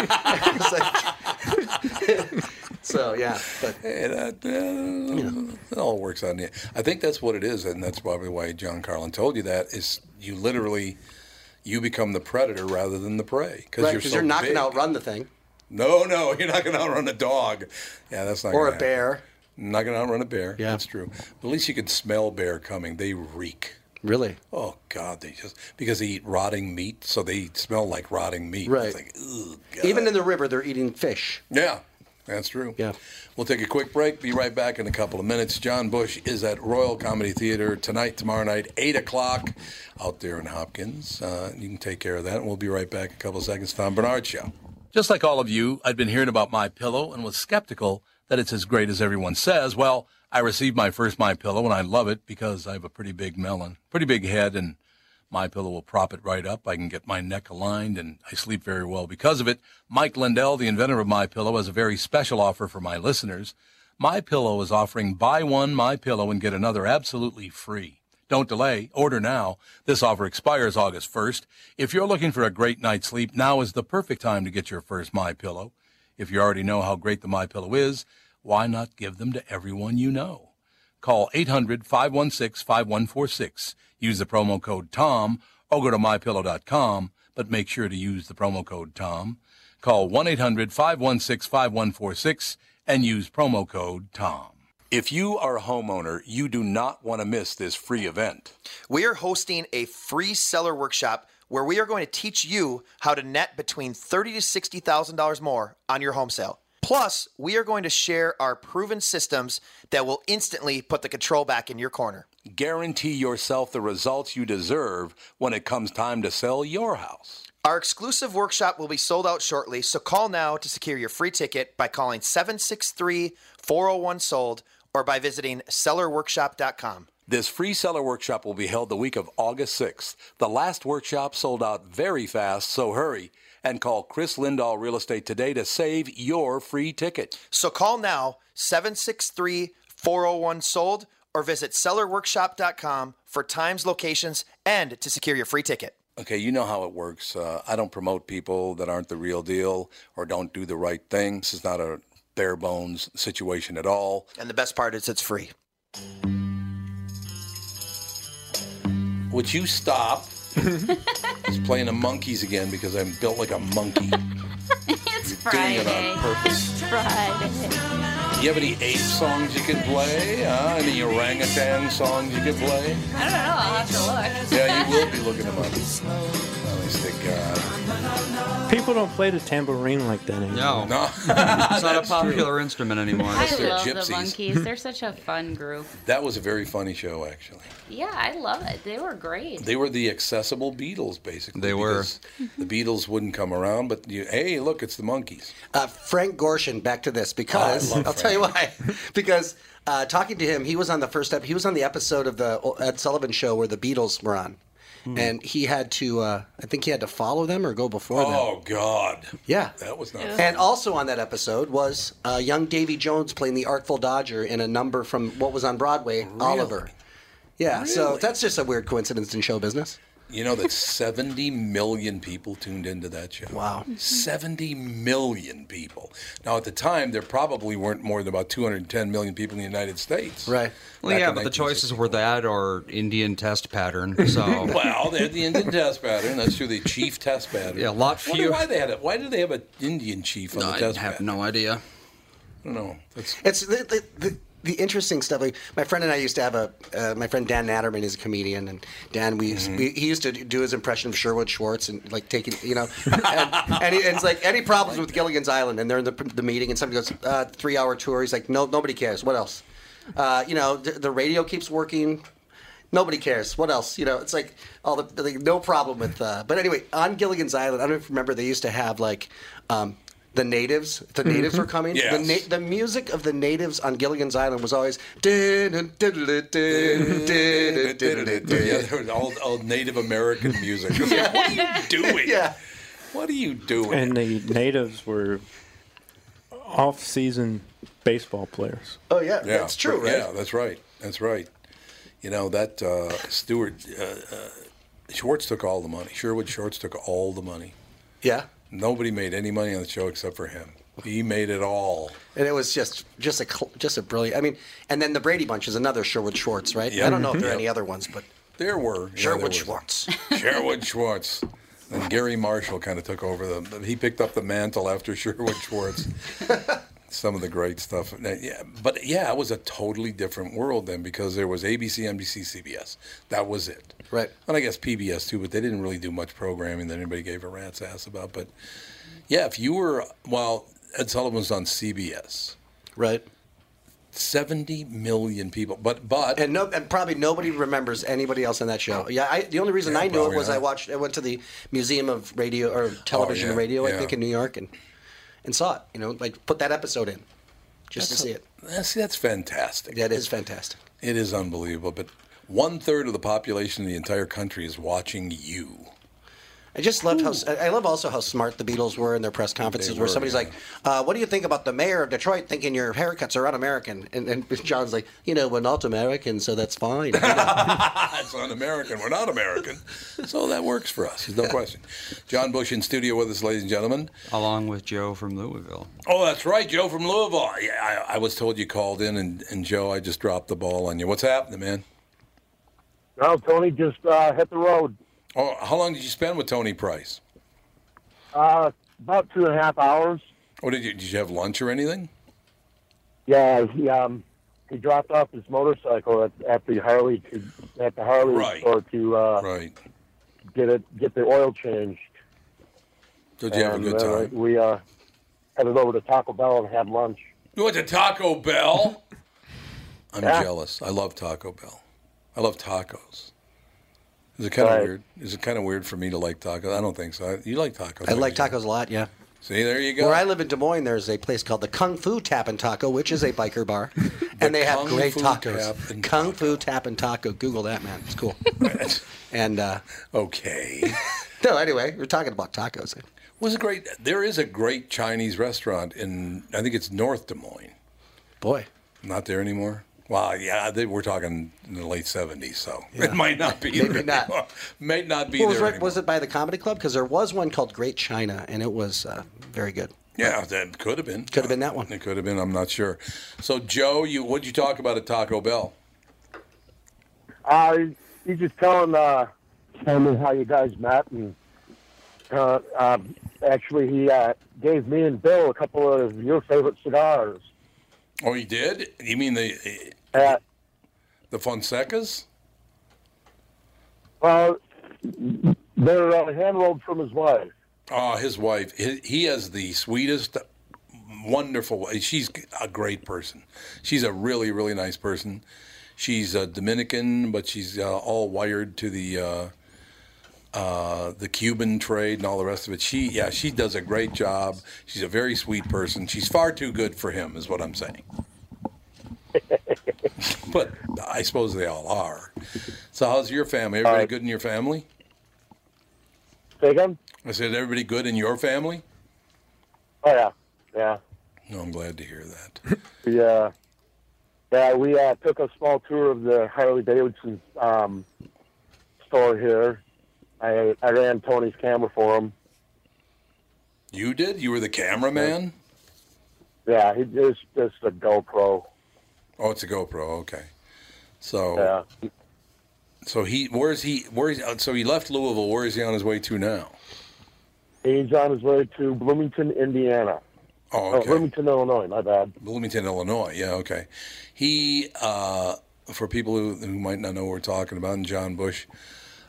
Speaker 2: It's like- so yeah, but
Speaker 1: Hey, that, uh, it all works out in the I think that's what it is, and that's probably why John Carlin told you that is you literally you become the predator rather than the prey because
Speaker 2: right
Speaker 1: you're,
Speaker 2: because
Speaker 1: so
Speaker 2: you're not
Speaker 1: big.
Speaker 2: going to outrun the thing
Speaker 1: No, no, you're not going to outrun a dog. Yeah, that's not.
Speaker 2: or
Speaker 1: gonna
Speaker 2: a
Speaker 1: happen.
Speaker 2: bear.
Speaker 1: Not going to outrun a bear.
Speaker 2: Yeah.
Speaker 1: that's true. But at least you can smell bear coming. They reek.
Speaker 2: Really?
Speaker 1: Oh God, they just because they eat rotting meat, so they smell like rotting meat.
Speaker 2: Right.
Speaker 1: It's like, ugh, God.
Speaker 2: Even in the river, they're eating fish.
Speaker 1: Yeah, that's true.
Speaker 2: Yeah.
Speaker 1: We'll take a quick break. Be right back in a couple of minutes. John Bush is at Royal Comedy Theater tonight, tomorrow night, 8 o'clock out there in Hopkins. Uh, you can take care of that. We'll be right back in a couple of seconds. Tom Bernard Show. Just like all of you, I'd been hearing about My Pillow and was skeptical that it's as great as everyone says. Well, I received my first My Pillow and I love it because I have a pretty big melon, pretty big head, and my pillow will prop it right up. I can get my neck aligned and I sleep very well because of it. Mike Lindell, the inventor of My Pillow, has a very special offer for my listeners. My Pillow is offering buy one My Pillow and get another absolutely free. Don't delay, order now. This offer expires August 1st. If you're looking for a great night's sleep, now is the perfect time to get your first My Pillow. If you already know how great the My Pillow is, why not give them to everyone you know? Call 800 516 5146. Use the promo code TOM or go to mypillow.com, but make sure to use the promo code TOM. Call 1 800 516 5146 and use promo code TOM. If you are a homeowner, you do not want to miss this free event.
Speaker 5: We are hosting a free seller workshop where we are going to teach you how to net between thirty to sixty thousand dollars more on your home sale. Plus, we are going to share our proven systems that will instantly put the control back in your corner.
Speaker 1: Guarantee yourself the results you deserve when it comes time to sell your house.
Speaker 5: Our exclusive workshop will be sold out shortly, so call now to secure your free ticket by calling 763 401 sold or by visiting sellerworkshop.com.
Speaker 1: This free seller workshop will be held the week of August 6th. The last workshop sold out very fast, so hurry and call Chris Lindahl Real Estate today to save your free ticket.
Speaker 5: So call now 763 401 sold or visit sellerworkshop.com for times, locations, and to secure your free ticket.
Speaker 1: Okay, you know how it works. Uh, I don't promote people that aren't the real deal or don't do the right thing. This is not a bare bones situation at all.
Speaker 5: And the best part is it's free.
Speaker 1: Would you stop? He's playing the monkeys again because I'm built like a monkey.
Speaker 6: It's
Speaker 1: Doing it
Speaker 6: Friday.
Speaker 1: on purpose.
Speaker 6: Friday.
Speaker 1: You have any ape songs you could play? Huh? Any orangutan songs you could play?
Speaker 6: I don't know. I'll have to look.
Speaker 1: Yeah, you will be looking them up. least they uh, got.
Speaker 3: People don't play the tambourine like that anymore.
Speaker 4: No,
Speaker 1: No,
Speaker 4: it's not a popular instrument anymore.
Speaker 6: I
Speaker 1: they're
Speaker 6: love
Speaker 1: gypsies.
Speaker 6: the monkeys. They're such a fun group.
Speaker 1: that was a very funny show, actually.
Speaker 6: Yeah, I love it. They were great.
Speaker 1: They were the accessible Beatles, basically.
Speaker 4: They were.
Speaker 1: because The Beatles wouldn't come around, but you, hey, look, it's the monkeys.
Speaker 2: Uh, Frank Gorshin, back to this because
Speaker 1: Oh, I love
Speaker 2: I'll tell you why. because uh, talking to him, he was on the first ep- he was on the episode of the uh, Ed Sullivan Show where the Beatles were on,
Speaker 1: Hmm.
Speaker 2: and he had to uh, I think he had to follow them or go before them.
Speaker 1: Oh God,
Speaker 2: Yeah,
Speaker 1: that was not.
Speaker 2: and also on that episode was uh, young Davy Jones playing the Artful Dodger in a number from what was on Broadway, Oliver. Yeah, so
Speaker 1: Really?
Speaker 2: that's just a weird coincidence in show business.
Speaker 1: You know that 70 million people tuned into that show.
Speaker 2: Wow.
Speaker 1: 70 million people. Now, at the time, there probably weren't more than about 210 million people in the United States.
Speaker 2: Right.
Speaker 4: Well,
Speaker 1: Back
Speaker 4: yeah,
Speaker 1: in
Speaker 4: but the
Speaker 1: 1960.
Speaker 4: choices were that or Indian test pattern. So
Speaker 1: Well, they had the Indian test pattern. That's true. The chief test pattern.
Speaker 4: Yeah, a lot
Speaker 1: I wonder
Speaker 4: fewer-
Speaker 1: Why they had it? Why did they have an Indian chief on the
Speaker 4: I
Speaker 1: test
Speaker 4: have
Speaker 1: pattern?
Speaker 4: no idea.
Speaker 1: I don't know. That's-
Speaker 2: It's the, the, the, the interesting stuff. Like my friend and I used to have a uh, my friend Dan Natterman is a comedian, and Dan we, we he used to do his impression of Sherwood Schwartz and like taking you know, and, and, he, and it's like any problems with Gilligan's Island, and they're in the, the meeting, and somebody goes uh, three hour tour. He's like, no, nobody cares. What else? Uh, you know, the, the radio keeps working. Nobody cares. What else? You know, it's like all the like, no problem with. Uh, but anyway, on Gilligan's Island, I don't know if you remember they used to have like um, the natives. The natives were coming. The
Speaker 1: Mm-hmm. Yes.
Speaker 2: the music of the natives on Gilligan's Island was always. Yeah,
Speaker 1: yeah, there was all, all Native American music. It's like, what are you doing? What are you doing?
Speaker 3: And the natives were off-season baseball players.
Speaker 2: Oh yeah, that's true, right?
Speaker 1: Yeah, that's right. That's right. You know that uh, Stewart uh, uh, Schwartz took all the money. Sherwood Schwartz took all the money.
Speaker 2: Yeah,
Speaker 1: Nobody made any money on the show except for him. He made it all.
Speaker 2: and it was just just a cl- just a brilliant. I mean, and then the Brady Bunch is another Sherwood Schwartz, right? I
Speaker 1: Yep.
Speaker 2: don't know if
Speaker 1: Mm-hmm.
Speaker 2: there are
Speaker 1: Yep.
Speaker 2: any other ones, but
Speaker 1: There were yeah, there
Speaker 2: Sherwood
Speaker 1: was.
Speaker 2: Schwartz.
Speaker 1: Sherwood Schwartz. And Gary Marshall kind of took over the. He picked up the mantle after Sherwood Schwartz. Some of the great stuff. Now, Yeah, but yeah, it was a totally different world then because there was ABC, NBC, CBS. That was it.
Speaker 2: Right.
Speaker 1: And I guess PBS too, but they didn't really do much programming that anybody gave a rat's ass about. But yeah, if you were well, Ed Sullivan's on CBS.
Speaker 2: right.
Speaker 1: Seventy million people, but but
Speaker 2: And no, and probably nobody remembers anybody else on that show. Yeah, I, the only reason
Speaker 1: Oh. Yeah,
Speaker 2: I knew it
Speaker 1: probably
Speaker 2: was I
Speaker 1: not. Oh,
Speaker 2: watched. I went to the Museum of Radio or Television and
Speaker 1: yeah,
Speaker 2: Radio, I
Speaker 1: yeah.
Speaker 2: think, in New York, and and saw it. You know, like put that episode in, just to see it.
Speaker 1: that's, that's fantastic.
Speaker 2: That is fantastic.
Speaker 1: It is unbelievable, but one third of the population of the entire country is watching you.
Speaker 2: I just loved how I I love also how smart the Beatles were in their press conferences,
Speaker 1: They
Speaker 2: where
Speaker 1: were,
Speaker 2: somebody's
Speaker 1: yeah.
Speaker 2: like, uh, "What do you think about the mayor of Detroit thinking your haircuts are un-American?" And, and John's like, "You know, we're not American, so that's fine." You know?
Speaker 1: That's un-American. We're not American, so that works for us. There's no question. John Bush in studio with us, ladies and gentlemen.
Speaker 4: Along with Joe from Louisville.
Speaker 1: Oh, that's right, Joe from Louisville. Yeah, I, uh, I was told you called in, and, and Joe, I just dropped the ball on you. What's happening, man?
Speaker 7: Well, Tony just uh, hit the road
Speaker 1: Oh, how long did you spend with Tony Price?
Speaker 7: uh, about two and a half hours.
Speaker 1: Oh, did you did you have lunch or anything?
Speaker 7: Yeah, he um, he dropped off his motorcycle at, at the Harley to, at the Harley
Speaker 1: Right.
Speaker 7: store to uh,
Speaker 1: Right.
Speaker 7: get it get the oil changed.
Speaker 1: Did you have a
Speaker 7: And,
Speaker 1: good
Speaker 7: uh,
Speaker 1: time?
Speaker 7: we uh, headed over to Taco Bell and had lunch.
Speaker 1: You went to Taco Bell. I'm
Speaker 7: Yeah.
Speaker 1: jealous. I love Taco Bell. I love tacos. Is it kind of
Speaker 7: Right.
Speaker 1: weird? Is it kind of weird for me to like tacos? I don't think so. You like tacos?
Speaker 2: I like
Speaker 1: don't you?
Speaker 2: tacos a lot. Yeah.
Speaker 1: See, there you go.
Speaker 2: Where I live in Des Moines, there's a place called the Kung Fu Tap and Taco, which is a biker bar, and they have
Speaker 1: Kung
Speaker 2: great
Speaker 1: Fu
Speaker 2: tacos.
Speaker 1: Tap and
Speaker 2: Kung
Speaker 1: Taco.
Speaker 2: Fu Tap and Taco. Google that, man. It's cool. and uh,
Speaker 1: okay.
Speaker 2: no, anyway, we're talking about tacos.
Speaker 1: Was a great. There is a great Chinese restaurant in I think it's North Des Moines.
Speaker 2: Boy,
Speaker 1: Not there anymore. Well, yeah, they, we're talking in the late '70s, so it might not be.
Speaker 2: Maybe
Speaker 1: there
Speaker 2: not.
Speaker 1: anymore. May not be
Speaker 2: Well, was,
Speaker 1: there.
Speaker 2: right, was
Speaker 1: anymore.
Speaker 2: it by the comedy club? Because there was one called Great China, and it was uh, very good.
Speaker 1: Yeah, that could have been.
Speaker 2: Could have been that one.
Speaker 1: It could have been. I'm not sure. So, Joe, you what'd you talk about at Taco Bell?
Speaker 7: Uh, he- he's just telling uh, telling me how you guys met, and uh, um, actually he uh, gave me and Bill a couple of your favorite cigars.
Speaker 1: Oh, you did? You mean the
Speaker 7: At,
Speaker 1: the Fonsecas?
Speaker 7: Well, They're uh, hand rolled from his wife.
Speaker 1: Oh, his wife. He, he has the sweetest, wonderful. wi- She's a great person. She's a really, really nice person. She's a Dominican, but she's uh, all wired to the uh, uh, the Cuban trade and all the rest of it. She, yeah, she does a great job. She's a very sweet person. She's far too good for him, is what I'm saying. but I suppose they all are. So, how's your family? Everybody
Speaker 7: Uh,
Speaker 1: good in your family?
Speaker 7: Say again?
Speaker 1: I said, everybody good in your family?
Speaker 7: Oh yeah, yeah.
Speaker 1: No, I'm glad to hear that.
Speaker 7: We, uh, yeah, we uh, took a small tour of the Harley Davidson um, store here. I, I ran Tony's camera for him.
Speaker 1: You did? You were the cameraman?
Speaker 7: Yeah, he just just a GoPro.
Speaker 1: Oh, it's a GoPro. Okay. So,
Speaker 7: Yeah,
Speaker 1: so he, where's he, where's, uh, so he left Louisville. Where is he on his way to now?
Speaker 7: he's on his way to Bloomington, Indiana.
Speaker 1: Oh,
Speaker 7: Oh,
Speaker 1: okay.
Speaker 7: Bloomington, Illinois. My bad.
Speaker 1: Bloomington, Illinois. Yeah, okay. He, uh, for people who, who might not know what we're talking about, and John Bush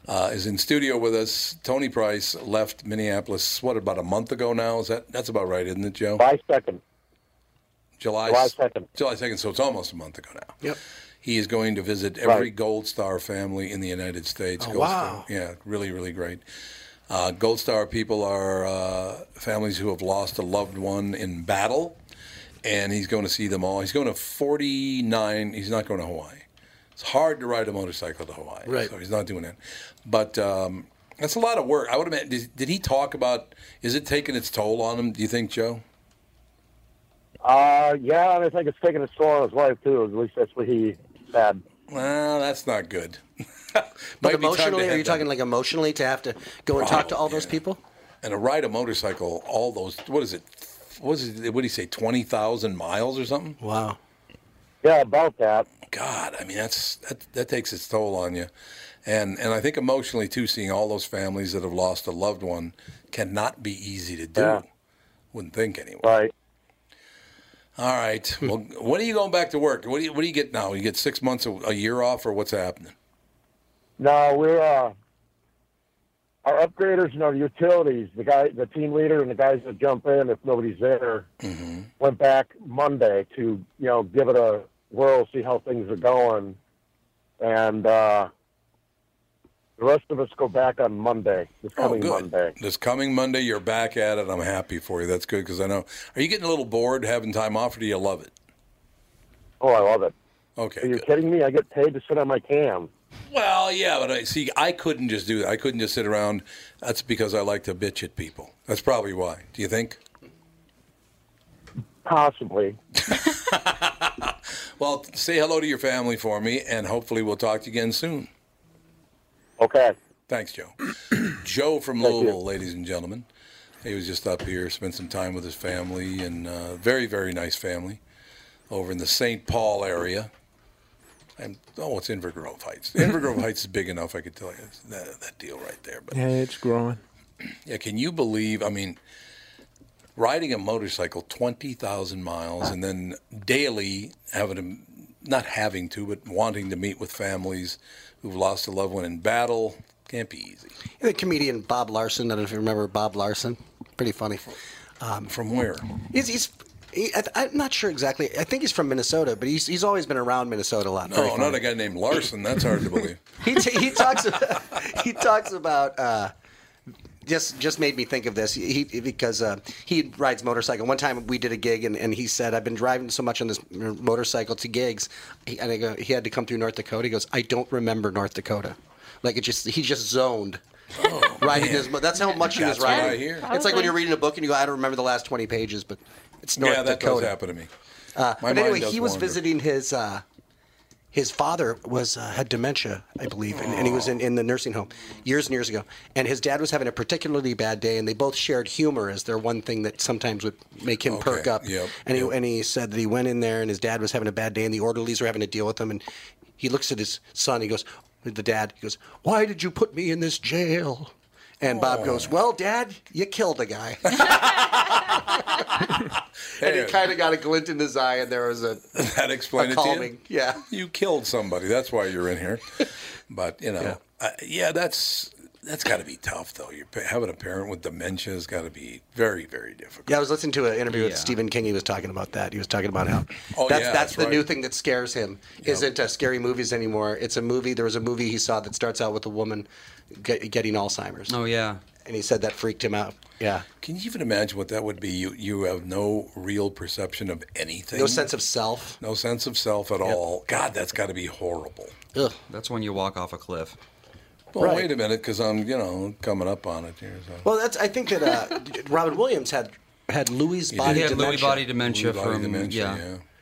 Speaker 1: uh, is in studio with us. Tony Price left Minneapolis, what, about a month ago now? Is that, that's about right, isn't it, Joe?
Speaker 7: July second.
Speaker 1: July,
Speaker 7: July 2nd.
Speaker 1: July 2nd, so it's almost a month ago now.
Speaker 2: Yep.
Speaker 1: He is going to visit every
Speaker 7: Right.
Speaker 1: Gold Star family in the United States. Gold
Speaker 2: Oh, wow.
Speaker 1: Star- yeah, really, really great. Uh, Gold Star people are uh, families who have lost a loved one in battle, and he's going to see them all. He's going to 49. He's not going to Hawaii. It's hard to ride a motorcycle to Hawaii,
Speaker 2: Right.
Speaker 1: so he's not doing that. But um, that's a lot of work. I would imagine. Did, did he talk about? Is it taking its toll on him? Do you think, Joe?
Speaker 7: Uh, yeah, and I think it's taking a toll on his wife too. At least that's what he said.
Speaker 1: Well, that's not good.
Speaker 2: But emotionally, are you talking like emotionally to have to go and talk to
Speaker 1: Oh,
Speaker 2: all those
Speaker 1: yeah.
Speaker 2: people?
Speaker 1: and to ride a motorcycle all those what is it? What is it? What do you say? Twenty thousand miles or something?
Speaker 2: Wow.
Speaker 7: Yeah, about that.
Speaker 1: God, I mean that's that that takes its toll on you, and and I think emotionally too, seeing all those families that have lost a loved one cannot be easy to do.
Speaker 7: Yeah.
Speaker 1: Wouldn't think anyway.
Speaker 7: Right.
Speaker 1: All right. Well, when are you going back to work? What do you what do you get now? You get six months a, a year off, or what's happening?
Speaker 7: No, we're uh, our upgraders and our utilities. The guy, the team leader, and the guys that jump in if nobody's there
Speaker 1: Mm-hmm.
Speaker 7: went back Monday to you know give it a whirl, see how things are going, and uh, the rest of us go back on Monday, this
Speaker 1: Oh,
Speaker 7: coming Monday.
Speaker 1: This coming Monday, you're back at it. I'm happy for you. That's good because I know. Are you getting a little bored having time off, or do you love it?
Speaker 7: Oh, I love it.
Speaker 1: Okay.
Speaker 7: Are you
Speaker 1: good.
Speaker 7: kidding me? I get paid to sit on my cam.
Speaker 1: Well, yeah, but I see. I couldn't just do that. I couldn't just sit around. That's because I like to bitch at people. That's probably why. Do you think?
Speaker 7: Possibly.
Speaker 1: Well, say hello to your family for me, and hopefully we'll talk to you again soon.
Speaker 7: Okay.
Speaker 1: Thanks, Joe. Joe from
Speaker 7: Thank you.
Speaker 1: Louisville, ladies and gentlemen. He was just up here, spent some time with his family, and uh, very, very nice family over in the St. Paul area. And oh, it's Invergrove Heights. Invergrove Heights is big enough, I could tell you that, that deal right there. But
Speaker 3: Yeah, it's growing.
Speaker 1: Yeah, can you believe? I mean, riding a motorcycle twenty thousand miles and then daily having to, not having to, but wanting to meet with families who've lost a loved one in battle can't be easy.
Speaker 2: The comedian Bob Larson. I don't know if you remember Bob Larson. Pretty funny. Um,
Speaker 1: From where?
Speaker 2: He's, he's he, I, I'm not sure exactly. I think he's from Minnesota, but he's, he's always been around Minnesota a lot. Very
Speaker 1: Oh,
Speaker 2: funny.
Speaker 1: not a guy named Larson. That's hard to believe.
Speaker 2: he, t- he talks about, he talks about uh, just just made me think of this he, he- because uh, he rides motorcycle one time we did a gig and, and he said i've been driving so much on this m- motorcycle to gigs he, and I go, he had to come through north dakota he goes i don't remember north dakota like it just he just zoned riding his mo- that's how much he was
Speaker 1: Oh, That's what
Speaker 2: riding
Speaker 1: I hear.
Speaker 2: it's like when
Speaker 6: Probably.
Speaker 2: you're reading a book and you go i don't remember the last 20 pages but it's north
Speaker 1: yeah, that
Speaker 2: dakota
Speaker 1: does happen to me. My
Speaker 2: Uh, but
Speaker 1: mind
Speaker 2: anyway,
Speaker 1: does
Speaker 2: he was
Speaker 1: wander.
Speaker 2: visiting his uh, his father was uh, had dementia, I believe, and, and he was in, in the nursing home years and years ago. And his dad was having a particularly bad day, and they both shared humor as their one thing that sometimes would make him perk
Speaker 1: Okay,
Speaker 2: up.
Speaker 1: yep,
Speaker 2: and he
Speaker 1: yep.
Speaker 2: and he said that he went in there, and his dad was having a bad day, and the orderlies were having to deal with him. And he looks at his son, he goes, the dad, he goes, "Why did you put me in this jail?" And Bob goes, "Well, Dad, you killed a guy." and he
Speaker 1: There.
Speaker 2: kind of got a glint in his eye, and there was a
Speaker 1: that explain it
Speaker 2: calming.
Speaker 1: to you?
Speaker 2: Yeah.
Speaker 1: you killed somebody. That's why you're in here. But you know, uh, yeah,
Speaker 2: Yeah.
Speaker 1: yeah that's That's got to be tough, though. You're pa- having a parent with dementia has got to be very, very difficult.
Speaker 2: Yeah, I was listening to an interview
Speaker 4: Yeah.
Speaker 2: with Stephen King. He was talking about that. He was talking about how
Speaker 1: Oh,
Speaker 2: that's
Speaker 1: yeah,
Speaker 2: that's
Speaker 1: that's
Speaker 2: the new
Speaker 1: right.
Speaker 2: thing that scares him. Isn't uh, scary movies anymore. It's a movie. There was a movie he saw that starts out with a woman get, getting Alzheimer's,
Speaker 4: Oh yeah.
Speaker 2: and he said that freaked him out. Yeah,
Speaker 1: Can you even imagine what that would be? You you have no real perception of anything.
Speaker 2: no sense of self.
Speaker 1: no sense of self at all. God, that's got to be horrible.
Speaker 2: Ugh.
Speaker 4: That's when you walk off a cliff.
Speaker 1: Well,
Speaker 2: Right.
Speaker 1: wait a minute, because I'm you know coming up on it here. So.
Speaker 2: Well, that's. I think that uh, Robin Williams had had Louis body
Speaker 4: He had Lewy
Speaker 2: dementia,
Speaker 4: body dementia
Speaker 1: Lewy body
Speaker 4: from
Speaker 1: dementia,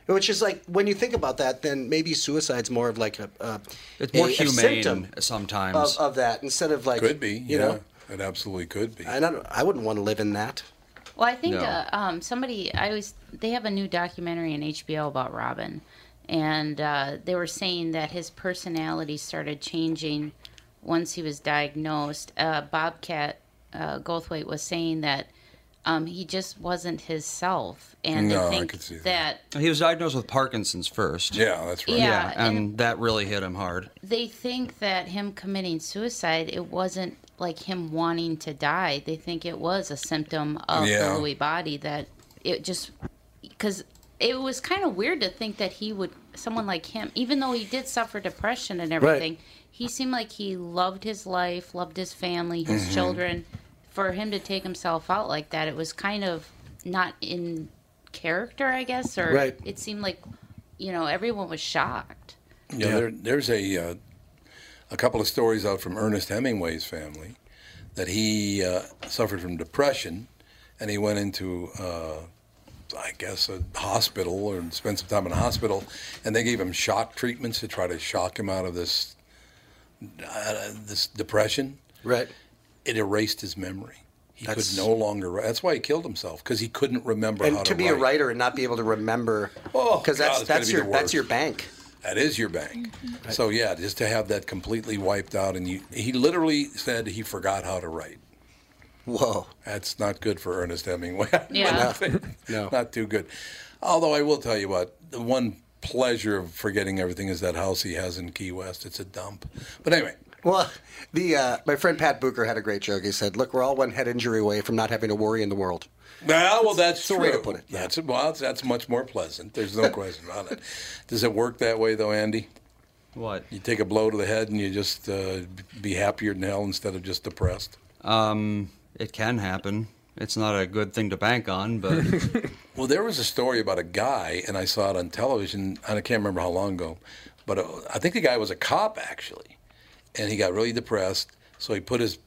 Speaker 4: yeah.
Speaker 2: which is like when you think about that, then maybe suicide's more of like a, a
Speaker 4: It's more
Speaker 2: a- a symptom
Speaker 4: humane sometimes.
Speaker 2: of, of that instead of like
Speaker 1: Could be. yeah,
Speaker 2: you know.
Speaker 1: it absolutely could be.
Speaker 2: And I don't. I wouldn't want to live in that.
Speaker 6: Well, I think
Speaker 4: No.
Speaker 6: uh, um, somebody I always they have a new documentary on HBO about Robin, and uh, they were saying that his personality started changing once he was diagnosed. Uh, Bobcat uh, Goldthwait was saying that um, he just wasn't his self, and
Speaker 1: No, I
Speaker 6: I think
Speaker 1: could see that.
Speaker 6: that
Speaker 4: he was diagnosed with Parkinson's first.
Speaker 1: yeah, that's right.
Speaker 6: Yeah.
Speaker 4: and,
Speaker 6: and-
Speaker 4: that really hit him hard.
Speaker 6: they think that him committing suicide it wasn't like him wanting to die they think it was a symptom of
Speaker 1: Yeah.
Speaker 6: the lewy body that it just because it was kind of weird to think that he would someone like him even though he did suffer depression and everything he seemed like he loved his life loved his family his children for him to take himself out like that it was kind of not in character i guess or
Speaker 2: Right.
Speaker 6: it seemed like you know everyone was shocked
Speaker 1: Yeah, There, there's a uh, a couple of stories out from Ernest Hemingway's family that he uh, suffered from depression, and he went into uh, I guess a hospital or spent some time in a hospital, and they gave him shock treatments to try to shock him out of this uh, this depression.
Speaker 2: Right.
Speaker 1: It erased his memory. He
Speaker 2: That's-
Speaker 1: could no longer. wri- That's why he killed himself because he couldn't remember how
Speaker 2: and to be a
Speaker 1: write.
Speaker 2: writer and not be able to remember
Speaker 1: Oh,
Speaker 2: because
Speaker 1: God,
Speaker 2: that's
Speaker 1: it's gotta
Speaker 2: that's
Speaker 1: be
Speaker 2: your
Speaker 1: the
Speaker 2: that's
Speaker 1: worst.
Speaker 2: your bank
Speaker 1: That is your bank. So yeah, just to have that completely wiped out, and you, he literally said he forgot how to write.
Speaker 2: whoa
Speaker 1: That's not good for Ernest Hemingway.
Speaker 6: Yeah.
Speaker 2: No.
Speaker 1: not too good. Although I will tell you what, the one pleasure of forgetting everything is that house he has in Key West. It's a dump. But anyway,
Speaker 2: well the uh, my friend pat booker had a great joke he said look we're all one head injury away from not having to worry in the world
Speaker 1: well, well that's
Speaker 2: the
Speaker 1: true.
Speaker 2: way to put it, yeah.
Speaker 1: That's well, that's, that's much more pleasant. There's no question about it. Does it work that way though, Andy?
Speaker 4: What?
Speaker 1: You take a blow to the head and you just uh, be happier than hell instead of just depressed.
Speaker 4: Um, it can happen. It's not a good thing to bank on, but
Speaker 1: Well, there was a story about a guy, and I saw it on television. and I can't remember how long ago, but uh, I think the guy was a cop actually, and he got really depressed, so he put his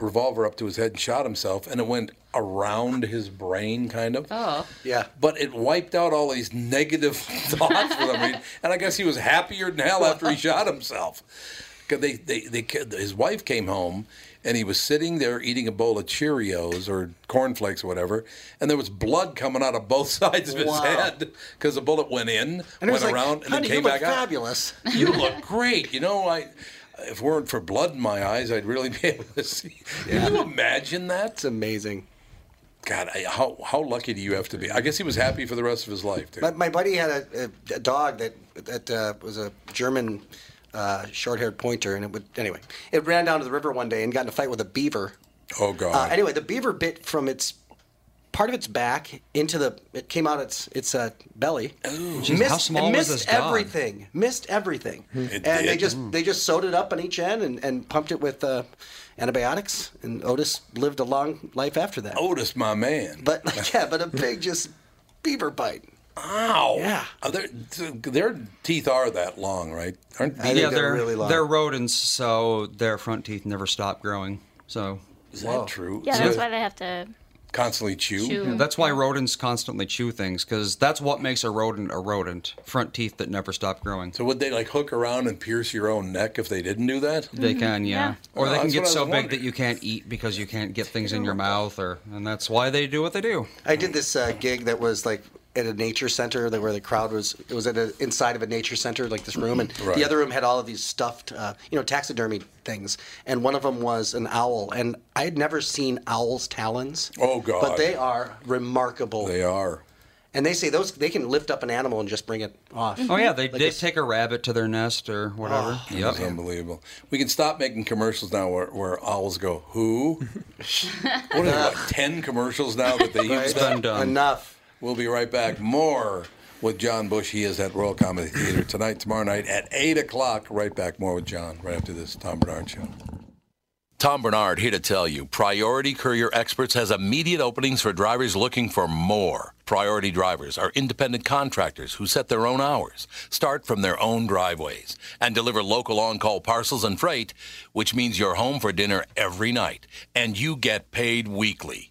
Speaker 1: revolver up to his head and shot himself, and it went around his brain, kind of.
Speaker 6: oh
Speaker 2: yeah
Speaker 1: But it wiped out all these negative thoughts for him, and I guess he was happier than hell after he shot himself. 'Cause They, they, they, his wife came home, and he was sitting there eating a bowl of Cheerios or cornflakes or whatever, and there was blood coming out of both sides of his
Speaker 2: Wow.
Speaker 1: head because the bullet went in,
Speaker 2: and it was
Speaker 1: went
Speaker 2: like
Speaker 1: around, and then
Speaker 2: honey you
Speaker 1: came
Speaker 2: look
Speaker 1: back out.
Speaker 2: fabulous
Speaker 1: You look great. You know, I. If it weren't for blood in my eyes, I'd really be able to see. Can you imagine that?
Speaker 2: it's amazing
Speaker 1: God, I, how how lucky do you have to be? I guess he was happy for the rest of his life, dude.
Speaker 2: my, my buddy had a, a, a dog that that uh, was a german uh, short-haired pointer and it would anyway it ran down to the river one day and got in a fight with a beaver
Speaker 1: oh God.
Speaker 2: Uh, anyway, the beaver bit from its part of its back into the. It came out its its uh, belly.
Speaker 4: Jeez, how small
Speaker 2: it
Speaker 4: was
Speaker 2: missed
Speaker 4: this dog?
Speaker 2: everything. Missed everything.
Speaker 1: Hmm. It
Speaker 2: and they
Speaker 1: did.
Speaker 2: just they just sewed it up on each end and, and pumped it with uh, antibiotics. And Otis lived a long life after that.
Speaker 1: Otis, my man.
Speaker 2: But yeah, but a big just beaver bite.
Speaker 1: ow,
Speaker 2: Yeah.
Speaker 1: Are there- their teeth are that long, right? Aren't
Speaker 2: I
Speaker 1: they-
Speaker 2: think they're really long.
Speaker 4: they're rodents, so their front teeth never stop growing. So
Speaker 1: is that true?
Speaker 8: Yeah,
Speaker 1: So
Speaker 8: that's
Speaker 1: they
Speaker 8: why they have to.
Speaker 1: constantly chew.
Speaker 6: shoot.
Speaker 4: that's why rodents constantly chew things, because that's what makes a rodent a rodent: front teeth that never stop growing.
Speaker 1: So would they like hook around and pierce your own neck if they didn't do that?
Speaker 2: Mm-hmm.
Speaker 4: They can, yeah.
Speaker 6: Yeah.
Speaker 4: Or they
Speaker 1: Oh,
Speaker 4: can
Speaker 1: that's
Speaker 4: get
Speaker 1: what I
Speaker 4: so
Speaker 1: was
Speaker 4: big that
Speaker 1: wondering.
Speaker 4: you can't eat because you can't get things in your mouth, or and that's why they do what they do.
Speaker 2: I did this uh, gig that was like at a nature center that where the crowd was it was at a, inside of a nature center like this room and
Speaker 1: Right.
Speaker 2: the other room had all of these stuffed uh, you know taxidermy things and one of them was an owl and I had never seen owls talons
Speaker 1: Oh, God.
Speaker 2: but they are remarkable
Speaker 1: They are.
Speaker 2: And they say those they can lift up an animal and just bring it off.
Speaker 4: Oh yeah, they
Speaker 2: Like
Speaker 4: they
Speaker 2: it's-
Speaker 4: take a rabbit to their nest or whatever.
Speaker 2: Ah.
Speaker 1: It's
Speaker 4: yep.
Speaker 1: unbelievable. We can stop making commercials now where, where owls go, who? what are there, like 10 commercials now that they use
Speaker 4: It's
Speaker 1: that?
Speaker 4: been done.
Speaker 2: enough.
Speaker 1: We'll be right back. More with John Bush. He is at Royal Comedy Theater tonight, tomorrow night at 8 o'clock. Right back. More with John right after this Tom Bernard Show. Tom Bernard here to tell you Priority Courier Experts has immediate openings for drivers looking for more. Priority drivers are independent contractors who set their own hours, start from their own driveways, and deliver local on call parcels and freight, which means you're home for dinner every night and you get paid weekly.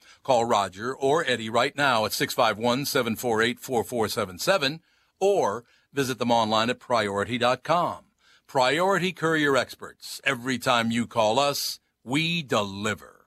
Speaker 1: Call Roger or Eddie right now at 651 748 4477 or visit them online at priority.com. Priority Courier Experts. Every time you call us, we deliver.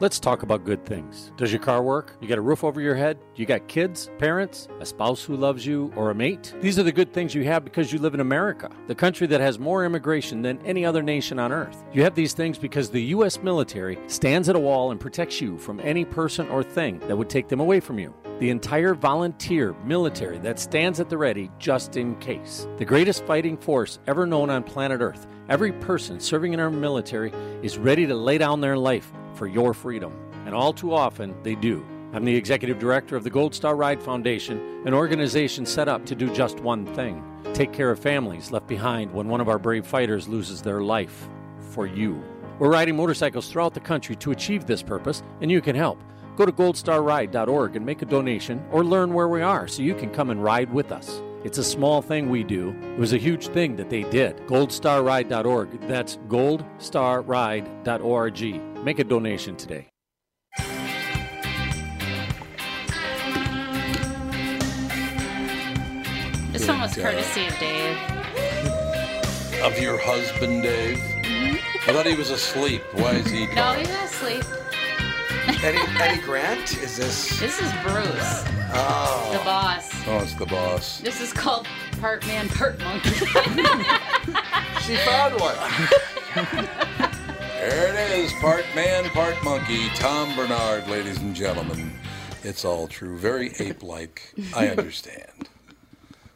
Speaker 8: Let's talk about good things. Does your car work? You got a roof over your head? You got kids, parents, a spouse who loves you, or a mate? These are the good things you have because you live in America, the country that has more immigration than any other nation on earth. You have these things because the U.S. military stands at a wall and protects you from any person or thing that would take them away from you. The entire volunteer military that stands at the ready just in case. The greatest fighting force ever known on planet Earth. Every person serving in our military is ready to lay down their life for your freedom. And all too often, they do. I'm the executive director of the Gold Star Ride Foundation, an organization set up to do just one thing take care of families left behind when one of our brave fighters loses their life for you. We're riding motorcycles throughout the country to achieve this purpose, and you can help. Go to goldstarride.org and make a donation or learn where we are so you can come and ride with us. It's a small thing we do. It was a huge thing that they did. Goldstarride.org. That's goldstarride.org. Make a donation today.
Speaker 6: This one was courtesy of Dave.
Speaker 1: Of your husband, Dave.
Speaker 2: Mm-hmm.
Speaker 1: I thought he was asleep. Why is he?
Speaker 6: No, he's not asleep.
Speaker 2: Eddie, Eddie Grant is this?
Speaker 6: This is Bruce, the boss.
Speaker 1: Oh, it's the boss.
Speaker 6: This is called Part Man, Part Monkey.
Speaker 5: She found one.
Speaker 1: There it is, part man, part monkey, Tom Bernard, ladies and gentlemen. It's all true, very ape-like. I understand.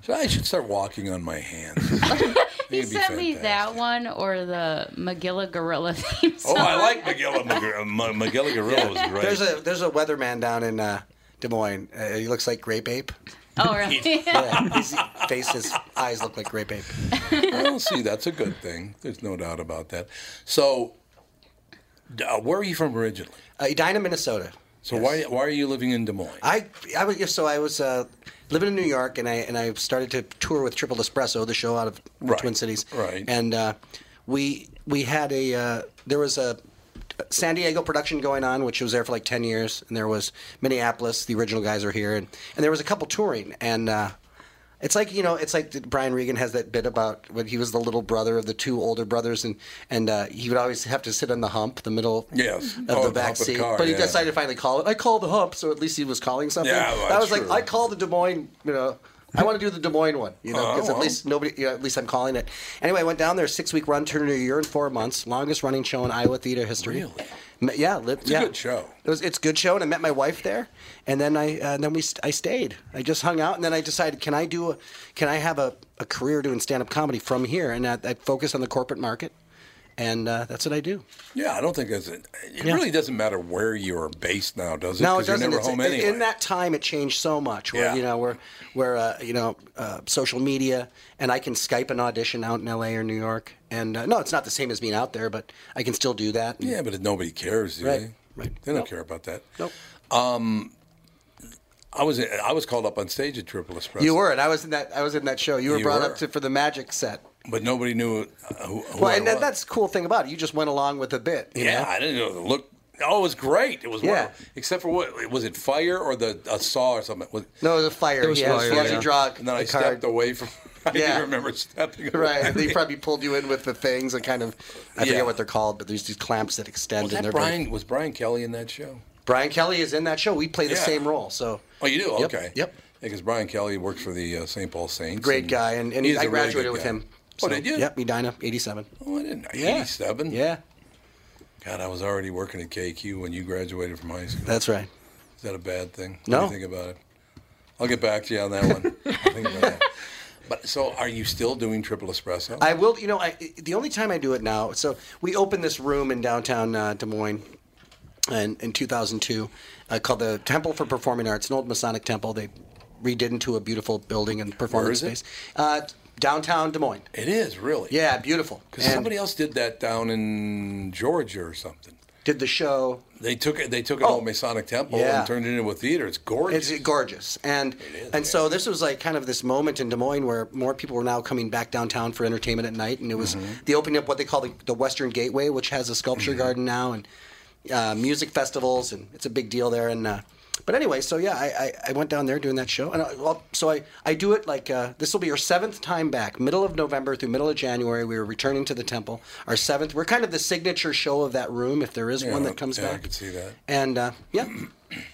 Speaker 1: So I should start walking on my hands.
Speaker 6: he
Speaker 1: It'd be
Speaker 6: sent me that
Speaker 1: fantastic.
Speaker 6: one or the McGilla Gorilla theme
Speaker 1: Oh,
Speaker 6: song.
Speaker 1: I like McGilla. McGilla, McGilla Gorilla was great.
Speaker 2: There's a there's a weatherman down in uh, Des Moines. Uh, he looks like Grape Ape.
Speaker 6: Oh, really?
Speaker 2: Yeah, his face, his eyes look like Grape Ape.
Speaker 1: well, see, that's a good thing. There's no doubt about that. So, d- uh, where are you from originally?
Speaker 2: Uh, Edina, Minnesota.
Speaker 1: So why why are you living in Des Moines?
Speaker 2: I, I was yeah, so I was uh, living in New York, and I and I started to tour with Triple Espresso, the show out of the
Speaker 1: Right,
Speaker 2: Twin Cities.
Speaker 1: right.
Speaker 2: And uh, we we had a uh, there was a San Diego production going on, which was there for like ten years, and there was Minneapolis. The original guys are here, and and there was a couple touring, and uh, it's like you know, it's like that Brian Regan has that bit about when he was the little brother of the two older brothers, and and uh, he would always have to sit on the hump, the middle
Speaker 1: Yes.
Speaker 2: of
Speaker 1: Oh,
Speaker 2: the
Speaker 1: the
Speaker 2: back
Speaker 1: hump of the
Speaker 2: seat.
Speaker 1: car,
Speaker 2: but he
Speaker 1: yeah.
Speaker 2: decided to finally call it. I called the hump, so at least he was calling something.
Speaker 1: Yeah, well,
Speaker 2: that was
Speaker 1: that's
Speaker 2: like
Speaker 1: true.
Speaker 2: I called the Des Moines. You know, I want to do the Des Moines one. You know,
Speaker 1: Oh,
Speaker 2: because
Speaker 1: well.
Speaker 2: at least nobody. You know, at least I'm calling it. Anyway, I went down there six week run, turned into a year and four months, longest running show in Iowa theater history.
Speaker 1: Really?
Speaker 2: M- Yeah, lived,
Speaker 1: It's a
Speaker 2: yeah.
Speaker 1: good show.
Speaker 2: It was, it's a good show, and I met my wife there, and then I uh, then we st- I stayed. I just hung out, and then I decided, can I do a, can I have a, a career doing stand up comedy from here? And I, I focused on the corporate market, and uh, that's what I do.
Speaker 1: yeah, I don't think that's it. It really doesn't matter where you are based now, does it?
Speaker 2: No, it
Speaker 1: 'Cause you're
Speaker 2: doesn't.
Speaker 1: never
Speaker 2: It's-
Speaker 1: home
Speaker 2: in-
Speaker 1: anyway.
Speaker 2: In that time, it changed so much. Where
Speaker 1: Yeah.
Speaker 2: you know, where where uh, you know, uh, social media, and I can Skype an audition out in L.A. or New York. And uh, no, it's not the same as being out there, but I can still do that.
Speaker 1: Yeah, but nobody cares, do
Speaker 2: Right,
Speaker 1: they?
Speaker 2: right.
Speaker 1: They don't
Speaker 2: Nope.
Speaker 1: care about that.
Speaker 2: Nope.
Speaker 1: Um, I was I was called up on stage at Triple Espresso.
Speaker 2: You were, and I was in that. I was in that show. You were
Speaker 1: You
Speaker 2: brought
Speaker 1: were.
Speaker 2: up to for the magic set.
Speaker 1: but nobody knew uh, who. who
Speaker 2: Well,
Speaker 1: I
Speaker 2: and that,
Speaker 1: was.
Speaker 2: that's the cool thing about it. You just went along with the bit. you
Speaker 1: yeah.
Speaker 2: know?
Speaker 1: I didn't know the look. Oh, it was great. It was
Speaker 2: Yeah.
Speaker 1: wonderful. Except for what was it? Fire or the a saw or something? Was-
Speaker 2: No, it was a fire.
Speaker 4: was
Speaker 2: yeah,
Speaker 4: fire,
Speaker 2: so you
Speaker 4: yeah.
Speaker 2: draw
Speaker 1: and then
Speaker 2: the
Speaker 1: I
Speaker 2: card.
Speaker 1: stepped away from. I
Speaker 2: Yeah.
Speaker 1: didn't remember stepping. Away.
Speaker 2: Right, and they probably pulled you in with the things and kind of, I
Speaker 1: Yeah.
Speaker 2: forget what they're called, but there's these clamps that extend.
Speaker 1: Was
Speaker 2: and
Speaker 1: that
Speaker 2: they're very-
Speaker 1: Brian? Was Brian Kelly in that show?
Speaker 2: Brian Kelly is in that show. We play the
Speaker 1: Yeah.
Speaker 2: same role, so.
Speaker 1: Oh, you do?
Speaker 2: Yep,
Speaker 1: Okay.
Speaker 2: yep.
Speaker 1: Because Brian Kelly works for the uh, St. Paul Saints.
Speaker 2: Great guy, and, and
Speaker 1: he's
Speaker 2: I
Speaker 1: a really
Speaker 2: graduated
Speaker 1: good
Speaker 2: with
Speaker 1: guy.
Speaker 2: him.
Speaker 1: Oh, did you?
Speaker 2: Yep, Medina, 87.
Speaker 1: Oh, I didn't. know.
Speaker 2: Yeah.
Speaker 1: 87.
Speaker 2: Yeah,
Speaker 1: God, I was already working at KQ when you graduated from high school.
Speaker 2: that's right.
Speaker 1: Is that a bad thing?
Speaker 2: No.
Speaker 1: What do you think about it? I'll get back to you on that one. I'll think about that. But so, are you still doing triple espresso?
Speaker 2: I will, you know, I, the only time I do it now, so we opened this room in downtown uh, Des Moines in, in 2002 uh, called the Temple for Performing Arts, an old Masonic temple. They redid into a beautiful building and performance
Speaker 1: Where is it?
Speaker 2: space. Uh, downtown Des Moines.
Speaker 1: it is really.
Speaker 2: Yeah, beautiful.
Speaker 1: Because
Speaker 2: And
Speaker 1: somebody else did that down in Georgia or something.
Speaker 2: did the show.
Speaker 1: They took it. They took an
Speaker 2: Oh.
Speaker 1: old Masonic temple
Speaker 2: Yeah.
Speaker 1: and turned it into a theater. It's gorgeous.
Speaker 2: It's gorgeous, and and so this was like kind of this moment in Des Moines where more people were now coming back downtown for entertainment at night, and it was
Speaker 1: Mm-hmm.
Speaker 2: the opening of what they call the, the Western Gateway, which has a sculpture garden now and uh, music festivals, and it's a big deal there. And uh, but anyway, so yeah, I, I, I went down there doing that show, and I, well, so I I do it like uh, this will be our seventh time back, middle of November through middle of January. We were returning to the temple, our seventh. We're kind of the signature show of that room, if there is
Speaker 1: Yeah,
Speaker 2: one that comes
Speaker 1: yeah, I
Speaker 2: back.
Speaker 1: could see that.
Speaker 2: And uh, yeah,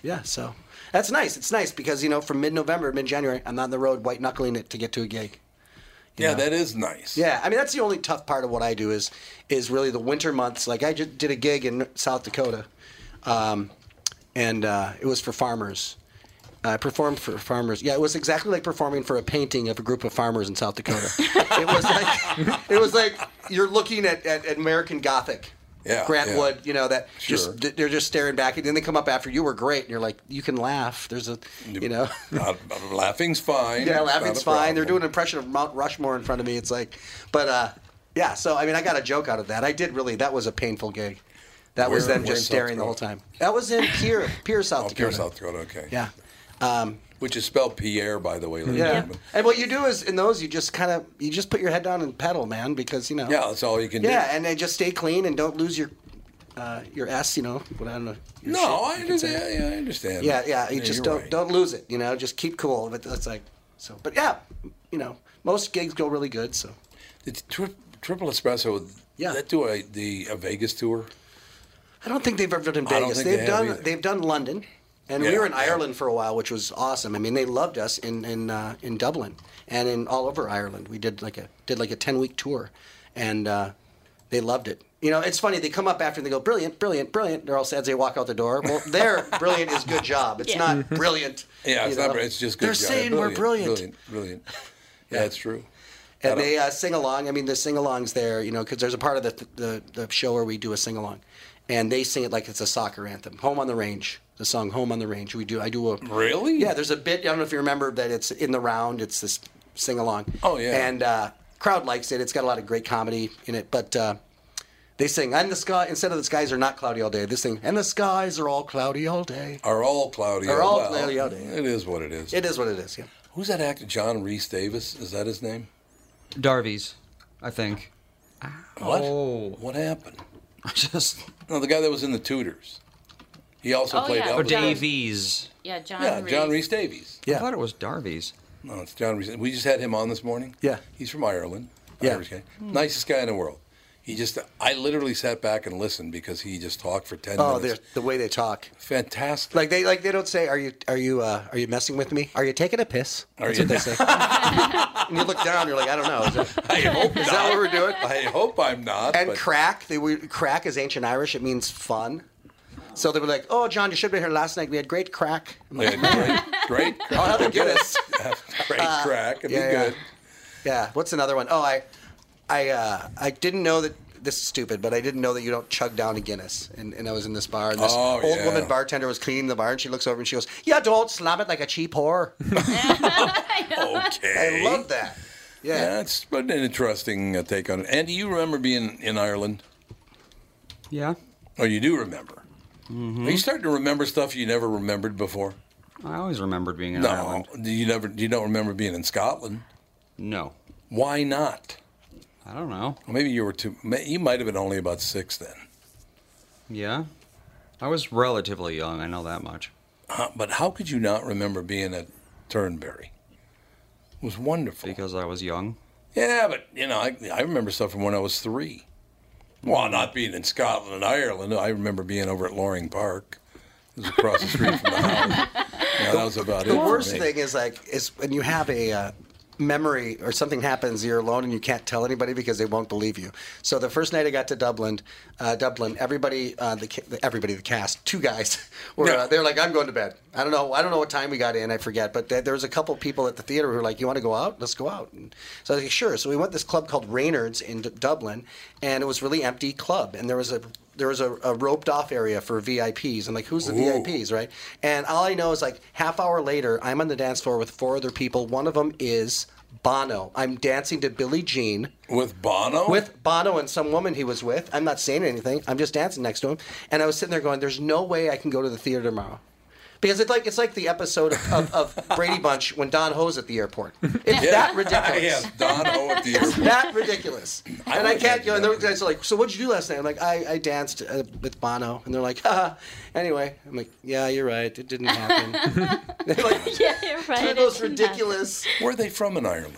Speaker 2: yeah. So that's nice. It's nice because you know, from mid-November, mid-January, I'm on the road, white knuckling it to get to a gig.
Speaker 1: yeah, that is nice.
Speaker 2: Yeah, I mean that's the only tough part of what I do is is really the winter months. Like I just did a gig in South Dakota, um, and uh, it was for farmers. I performed for farmers. Yeah, it was exactly like performing for a painting of a group of farmers in South Dakota. it was like it was like you're looking at, at, at American Gothic.
Speaker 1: Yeah,
Speaker 2: Grant
Speaker 1: yeah.
Speaker 2: Wood, you know that
Speaker 1: Sure.
Speaker 2: just th- they're just staring back, and then they come up after you were great, and you're like, you can laugh. There's a, you know,
Speaker 1: Not- uh, laughing's fine.
Speaker 2: yeah,
Speaker 1: It's not
Speaker 2: laughing's
Speaker 1: a
Speaker 2: fine.
Speaker 1: problem.
Speaker 2: They're doing an impression of Mount Rushmore in front of me. It's like, but uh, yeah. So I mean, I got a joke out of that. I did really. That was a painful gig. That was
Speaker 1: Where-
Speaker 2: them
Speaker 1: where in
Speaker 2: just
Speaker 1: South
Speaker 2: staring the whole
Speaker 1: Dakota?
Speaker 2: time. That was in Pier, Pier South
Speaker 1: Oh,
Speaker 2: Dakota.
Speaker 1: Pierre, South Dakota. Okay.
Speaker 2: Yeah. Um,
Speaker 1: Which is spelled Pierre, by the way. ladies and
Speaker 2: Yeah.
Speaker 1: gentlemen.
Speaker 2: And what you do is in those you just kind of you just put your head down and pedal, man, because you know.
Speaker 1: Yeah, that's all you can
Speaker 2: Yeah,
Speaker 1: do.
Speaker 2: and then just stay clean and don't lose your uh, your s. You know, what I don't know. your shit,
Speaker 1: no, I
Speaker 2: you could say.
Speaker 1: understand. Yeah, I understand.
Speaker 2: Yeah, yeah. You just
Speaker 1: you're
Speaker 2: don't
Speaker 1: right.
Speaker 2: don't lose it. You know, just keep cool. But that's like so. But yeah, you know, most gigs go really good. So
Speaker 1: The tri- triple espresso.
Speaker 2: Yeah.
Speaker 1: That do a the a Vegas tour.
Speaker 2: I don't think they've ever done
Speaker 1: don't
Speaker 2: Vegas.
Speaker 1: think
Speaker 2: They've
Speaker 1: they have
Speaker 2: done
Speaker 1: either.
Speaker 2: they've done London, and we
Speaker 1: Yeah,
Speaker 2: were in
Speaker 1: yeah.
Speaker 2: Ireland for a while, which was awesome. I mean, they loved us in in uh, in Dublin and in all over Ireland. We did like a did like a ten week tour, and uh, they loved it. You know, it's funny. They come up after and they go, "Brilliant, brilliant, brilliant." They're all sad. as They walk out the door. Well, their brilliant is good job. It's
Speaker 6: Yeah.
Speaker 2: not
Speaker 1: Mm-hmm.
Speaker 2: brilliant.
Speaker 1: Yeah,
Speaker 2: you
Speaker 1: it's
Speaker 2: know?
Speaker 1: not. It's just good.
Speaker 2: They're
Speaker 1: job.
Speaker 2: saying we're brilliant.
Speaker 1: brilliant, brilliant. Yeah, that's true.
Speaker 2: and they uh, sing along. I mean, the sing alongs there, you know, because there's a part of the, the the show where we do a sing along, and they sing it like it's a soccer anthem. Home on the range, the song "Home on the Range." We do, I do a
Speaker 1: Really?
Speaker 2: yeah. There's a bit. I don't know if you remember that it's in the round. It's this sing along.
Speaker 1: Oh, yeah.
Speaker 2: And uh, crowd likes it. It's got a lot of great comedy in it, but. Uh, they sing, and the sky, instead of the skies are not cloudy all day, they sing, and the skies are all cloudy all day.
Speaker 1: Are all cloudy?
Speaker 2: Are all
Speaker 1: well,
Speaker 2: cloudy out.
Speaker 1: It is what it is.
Speaker 2: It is what it is, yeah.
Speaker 1: Who's that actor? John Reese Davis. Is that his name?
Speaker 4: Darvies, I think.
Speaker 1: What?
Speaker 4: Oh.
Speaker 1: What happened?
Speaker 4: Just
Speaker 1: No, the guy that was in the Tudors. He also
Speaker 6: Oh,
Speaker 1: played
Speaker 6: yeah.
Speaker 1: Elvis.
Speaker 6: Or
Speaker 4: or
Speaker 6: Davey.
Speaker 4: Davies.
Speaker 6: Yeah, Uh, John.
Speaker 1: Yeah,
Speaker 6: Reese.
Speaker 1: John Reese Davies.
Speaker 4: I thought it was Darvies.
Speaker 1: No, it's John Reese. We just had him on this morning.
Speaker 2: Yeah.
Speaker 1: He's from Ireland.
Speaker 2: Yeah.
Speaker 1: Irish guy.
Speaker 6: Hmm.
Speaker 1: Nicest guy in the world. He just, I literally sat back and listened because he just talked for 10
Speaker 2: Oh, they're-
Speaker 1: minutes.
Speaker 2: the way they talk.
Speaker 1: Fantastic.
Speaker 2: Like they like they don't say, "Are you are you uh, are you messing with me? Are you taking a piss?"
Speaker 1: Are
Speaker 2: That's
Speaker 1: you-
Speaker 2: what they say. and you look down, you're like, "I don't know." Is, it-
Speaker 1: I hope
Speaker 2: is
Speaker 1: not.
Speaker 2: that what we're doing?
Speaker 1: I hope I'm not.
Speaker 2: And
Speaker 1: but
Speaker 2: crack, they were, crack is ancient Irish. It means fun. So they were like, "Oh, John, you should have been here last night. We had great crack." I'm like, Oh,
Speaker 1: Yeah, great, great
Speaker 2: I'll
Speaker 1: crack.
Speaker 2: have a Guinness.
Speaker 1: Great crack. It'd
Speaker 2: Uh, yeah,
Speaker 1: be
Speaker 2: yeah.
Speaker 1: good.
Speaker 2: yeah. What's another one? Oh, I, I, uh, I didn't know that. This is stupid, but I didn't know that you don't chug down a Guinness. And, and I was in this bar, and this
Speaker 1: Oh,
Speaker 2: old
Speaker 1: yeah.
Speaker 2: woman bartender was cleaning the bar, and she looks over and she goes, "Yeah, don't slam it like a cheap whore." I
Speaker 1: Okay.
Speaker 2: love that. yeah.
Speaker 1: That's but an interesting uh, take on it. And do you remember being in Ireland?
Speaker 4: Yeah, Mm-hmm.
Speaker 1: Oh, you do remember. Are you starting to remember stuff you never remembered before?
Speaker 4: I always remembered being in
Speaker 1: No,
Speaker 4: Ireland.
Speaker 1: Do you never. You don't remember being in Scotland.
Speaker 4: No,
Speaker 1: Why not?
Speaker 4: I don't know.
Speaker 1: Well, maybe you were too. ma- You might have been only about six then.
Speaker 4: Yeah, I was relatively young. I know that much.
Speaker 1: Uh, but how could you not remember being at Turnberry? It was wonderful.
Speaker 4: Because I was young.
Speaker 1: Yeah, but you know, I, I remember stuff from when I was three. Well, not being in Scotland and Ireland, I remember being over at Loring Park. It was across the street from the house. Yeah, that was about it.
Speaker 2: The
Speaker 1: for
Speaker 2: worst
Speaker 1: me.
Speaker 2: thing is like is when you have a uh, memory or something happens, you're alone and you can't tell anybody because they won't believe you. So the first night I got to Dublin, uh, Dublin, everybody, uh, the, ca- the everybody, the cast, two guys, were uh, they're like, I'm going to bed. I don't know, I don't know what time we got in, I forget. But there, there was a couple people at the theater who were like, You want to go out? Let's go out. And so I was like, Sure. So we went to this club called Raynard's in D- Dublin, and it was a really empty club, and there was a there was a, a roped off area for VIPs. I'm like, who's the VIPs, right? And all I know is like half hour later, I'm on the dance floor with four other people. One of them is Bono. I'm dancing to Billie Jean
Speaker 1: With Bono?
Speaker 2: with Bono and some woman he was with. I'm not saying anything. I'm just dancing next to him. And I was sitting there going, "There's no way I can go to the theater tomorrow." Because it's like it's like the episode of, of, of Brady Bunch when Don Ho's at the airport. It's that ridiculous.
Speaker 1: yeah, Don Ho at oh, the airport.
Speaker 2: that ridiculous.
Speaker 1: I
Speaker 2: and I
Speaker 1: would
Speaker 2: can't go. And the
Speaker 1: imagine that.
Speaker 2: guys are like, "So what'd you do last night?" I'm like, "I, I danced uh, with Bono," and they're like, "Ha." Anyway, I'm like, "Yeah, you're right. It didn't happen." they're like,
Speaker 6: Yeah, you're right.
Speaker 2: they're
Speaker 6: it
Speaker 2: those
Speaker 6: didn't
Speaker 2: ridiculous. Uh,
Speaker 1: Where are they from in Ireland?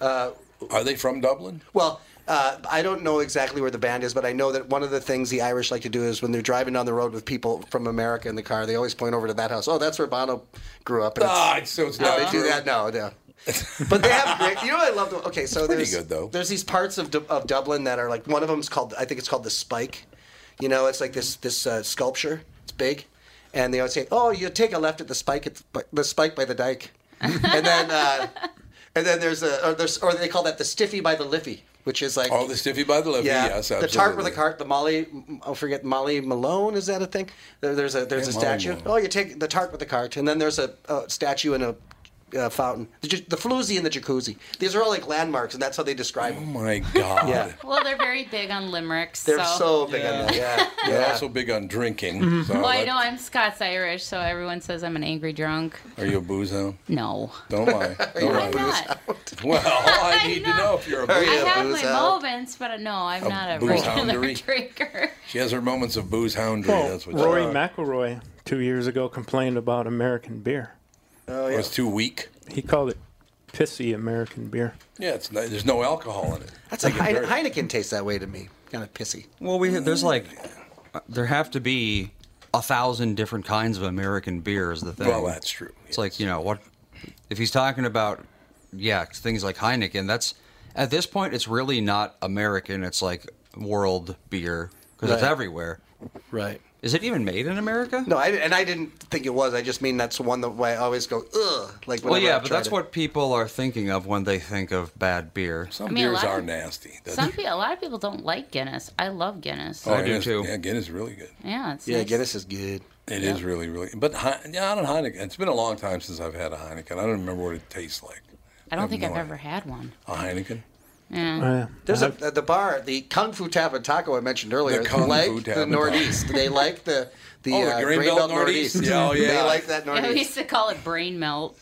Speaker 1: are they from Dublin?
Speaker 2: Well. Uh, I don't know exactly where the band is, but I know that one of the things the Irish like to do is when they're driving down the road with people from America in the car, they always point over to that house. Oh, that's where Bono grew up. And it's-
Speaker 1: Ah, so it's
Speaker 2: No,
Speaker 1: not
Speaker 2: they do
Speaker 1: true.
Speaker 2: that. No, no. But they have great. You know, what I love. The, okay, so
Speaker 1: pretty
Speaker 2: there's
Speaker 1: good, though.
Speaker 2: there's these parts of Du- of Dublin that are like one of them's called I think it's called the Spike. You know, it's like this this uh, sculpture. It's big, and they always say, "Oh, you take a left at the Spike at the, the Spike by the Dike," and then uh, and then there's a or, there's, or they call that the Stiffy by the Liffey, which is like
Speaker 1: Oh, the Stiffy by the Levy,
Speaker 2: yeah,
Speaker 1: yes,
Speaker 2: the tart with
Speaker 1: absolutely.
Speaker 2: the cart, the Molly. I forget Molly Malone. Is that a thing? There, there's a there's
Speaker 1: Yeah,
Speaker 2: a
Speaker 1: Molly
Speaker 2: statue.
Speaker 1: Malone.
Speaker 2: Oh, you take the tart with the cart, and then there's a, a statue and a uh, fountain. The, ju- the floozy and the jacuzzi. These are all like landmarks, and that's how they describe
Speaker 1: Oh
Speaker 2: them.
Speaker 1: my God.
Speaker 2: Yeah,
Speaker 6: happen. Well, they're very big on limericks.
Speaker 2: they're so, big on that. Yeah,
Speaker 1: They're
Speaker 2: yeah.
Speaker 1: also big on drinking. So
Speaker 6: Well, I
Speaker 1: that-
Speaker 6: know I'm Scots Irish, so everyone says I'm an angry drunk.
Speaker 1: Are you a booze hound?
Speaker 6: No.
Speaker 1: Don't lie. Don't
Speaker 6: I'm
Speaker 1: lie.
Speaker 6: not.
Speaker 1: Well, all I need to
Speaker 6: know.
Speaker 1: know if you're a
Speaker 6: I
Speaker 1: booze hound.
Speaker 6: have
Speaker 2: booze
Speaker 6: my
Speaker 2: out.
Speaker 6: moments, but no, I'm
Speaker 1: A
Speaker 6: not a
Speaker 1: booze
Speaker 6: regular
Speaker 1: houndery.
Speaker 6: drinker.
Speaker 1: She has her moments of booze houndery.
Speaker 3: Well,
Speaker 1: that's what she-
Speaker 3: Rory Oh, McIlroy two years ago complained about American beer.
Speaker 1: Oh, it's too weak.
Speaker 3: He called it pissy American beer.
Speaker 1: Yeah, it's not, there's no alcohol in it.
Speaker 2: That's like
Speaker 1: Like a
Speaker 2: Heine-
Speaker 1: dirt.
Speaker 2: Heineken tastes that way to me. Kind of pissy.
Speaker 4: Well, we there's like there have to be a thousand different kinds of American beer is the thing.
Speaker 1: Well, that's true.
Speaker 4: It's like you know what if he's talking about yeah things like Heineken. That's at this point it's really not American. It's like world beer because it's
Speaker 2: Right.
Speaker 4: everywhere.
Speaker 2: Right.
Speaker 4: Is it even made in America?
Speaker 2: No, I, and I didn't think it was. I just mean that's the one that why I always go ugh. Like
Speaker 4: Well,
Speaker 2: whenever
Speaker 4: yeah,
Speaker 2: I've
Speaker 4: but
Speaker 2: tried
Speaker 4: that's
Speaker 2: it.
Speaker 4: what people are thinking of when they think of bad beer.
Speaker 1: Some
Speaker 6: I mean, a
Speaker 1: beers
Speaker 6: lot
Speaker 1: are
Speaker 6: of-
Speaker 1: nasty. That's
Speaker 6: Some
Speaker 1: true.
Speaker 6: people, a lot of people don't like Guinness. I love Guinness.
Speaker 1: Oh,
Speaker 4: I do
Speaker 1: Guinness-
Speaker 4: too.
Speaker 1: Yeah, Guinness is really good.
Speaker 6: Yeah, it's
Speaker 2: Yeah,
Speaker 6: nice.
Speaker 2: Guinness is good.
Speaker 1: It is really, really. But Hei- yeah, I don't Heineken. It's been a long time since I've had a Heineken. I don't remember what it tastes like.
Speaker 6: I don't
Speaker 1: have
Speaker 6: think
Speaker 1: no
Speaker 6: I've
Speaker 1: idea.
Speaker 6: ever had one.
Speaker 1: A Heineken.
Speaker 3: Uh,
Speaker 1: Oh,
Speaker 2: There's
Speaker 4: Uh-huh.
Speaker 2: a at the bar, the Kung Fu Tap and Taco I mentioned earlier.
Speaker 1: The Kung
Speaker 2: like
Speaker 1: Fu Tap
Speaker 2: the
Speaker 1: and Taco.
Speaker 2: Northeast. they like the the,
Speaker 1: Oh, the
Speaker 2: uh,
Speaker 1: Grain Belt Northeast. Yeah, oh,
Speaker 2: They
Speaker 1: yeah.
Speaker 2: like that
Speaker 6: Yeah, we
Speaker 2: Northeast.
Speaker 6: used to call it brain melt.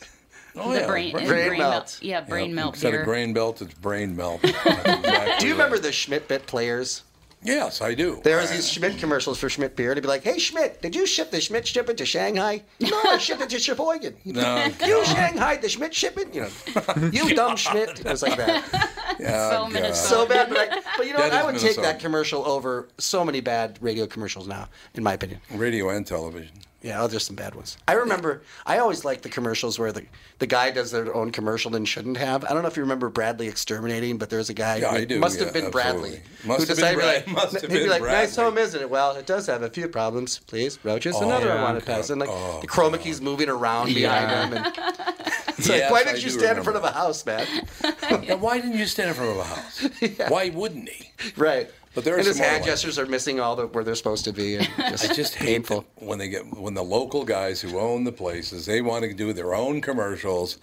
Speaker 1: Oh
Speaker 6: the
Speaker 1: yeah,
Speaker 6: brain,
Speaker 1: brain-
Speaker 6: melt.
Speaker 2: Brain melt.
Speaker 6: Yeah, brain
Speaker 1: Yeah,
Speaker 6: melt
Speaker 1: Instead
Speaker 6: beer.
Speaker 1: of grain belt, it's brain melt. That's exactly
Speaker 2: Do you
Speaker 1: right.
Speaker 2: remember the Schmidt bit players?
Speaker 1: Yes, I do.
Speaker 2: There was these Schmidt commercials for Schmidt beer. It'd be like, "Hey Schmidt, did you ship the Schmidt shipment to Shanghai? No, I shipped it to Sheboygan.
Speaker 1: No,
Speaker 2: You Shanghai the Schmidt shipment? You know, you dumb Schmidt." It was like that.
Speaker 6: so
Speaker 1: God.
Speaker 6: Minnesota.
Speaker 2: Oh, So bad, but, I, but you know,
Speaker 1: That
Speaker 2: what? I
Speaker 1: is
Speaker 2: would take
Speaker 1: Minnesota.
Speaker 2: that commercial over so many bad radio commercials now, in my opinion.
Speaker 1: radio and television.
Speaker 2: Yeah, oh, there's some bad ones. I remember. I always like the commercials where the, the guy does their own commercial and shouldn't have. I don't know if you remember Bradley exterminating, but there's a guy.
Speaker 1: Yeah,
Speaker 2: who-
Speaker 1: I do,
Speaker 2: Must
Speaker 1: yeah,
Speaker 2: have been
Speaker 1: absolutely.
Speaker 2: Bradley.
Speaker 1: Must
Speaker 2: who
Speaker 1: have been
Speaker 2: decided,
Speaker 1: Brad-
Speaker 2: like,
Speaker 1: must have
Speaker 2: he'd be
Speaker 1: been
Speaker 2: like, "Nice
Speaker 1: Bradley." Oh,
Speaker 2: home, isn't it?" Well, it does have a few problems. Please, roaches. Another
Speaker 1: yeah,
Speaker 2: I want to
Speaker 1: okay.
Speaker 2: pass. And like
Speaker 1: Oh,
Speaker 2: the chroma key's moving around
Speaker 4: Yeah.
Speaker 2: behind him. And it's
Speaker 1: Yes,
Speaker 2: like, why
Speaker 1: I
Speaker 2: didn't you
Speaker 1: do
Speaker 2: stand in
Speaker 1: remember
Speaker 2: front of a house, man?
Speaker 1: Now, why didn't you stand in front of a house? Why wouldn't he?
Speaker 2: right.
Speaker 1: But there are
Speaker 2: and his
Speaker 1: some more
Speaker 2: hand
Speaker 1: ones.
Speaker 2: gestures are missing all the where they're supposed to be. And just,
Speaker 1: I just hate that when they get when the local guys who own the places they want to do their own commercials.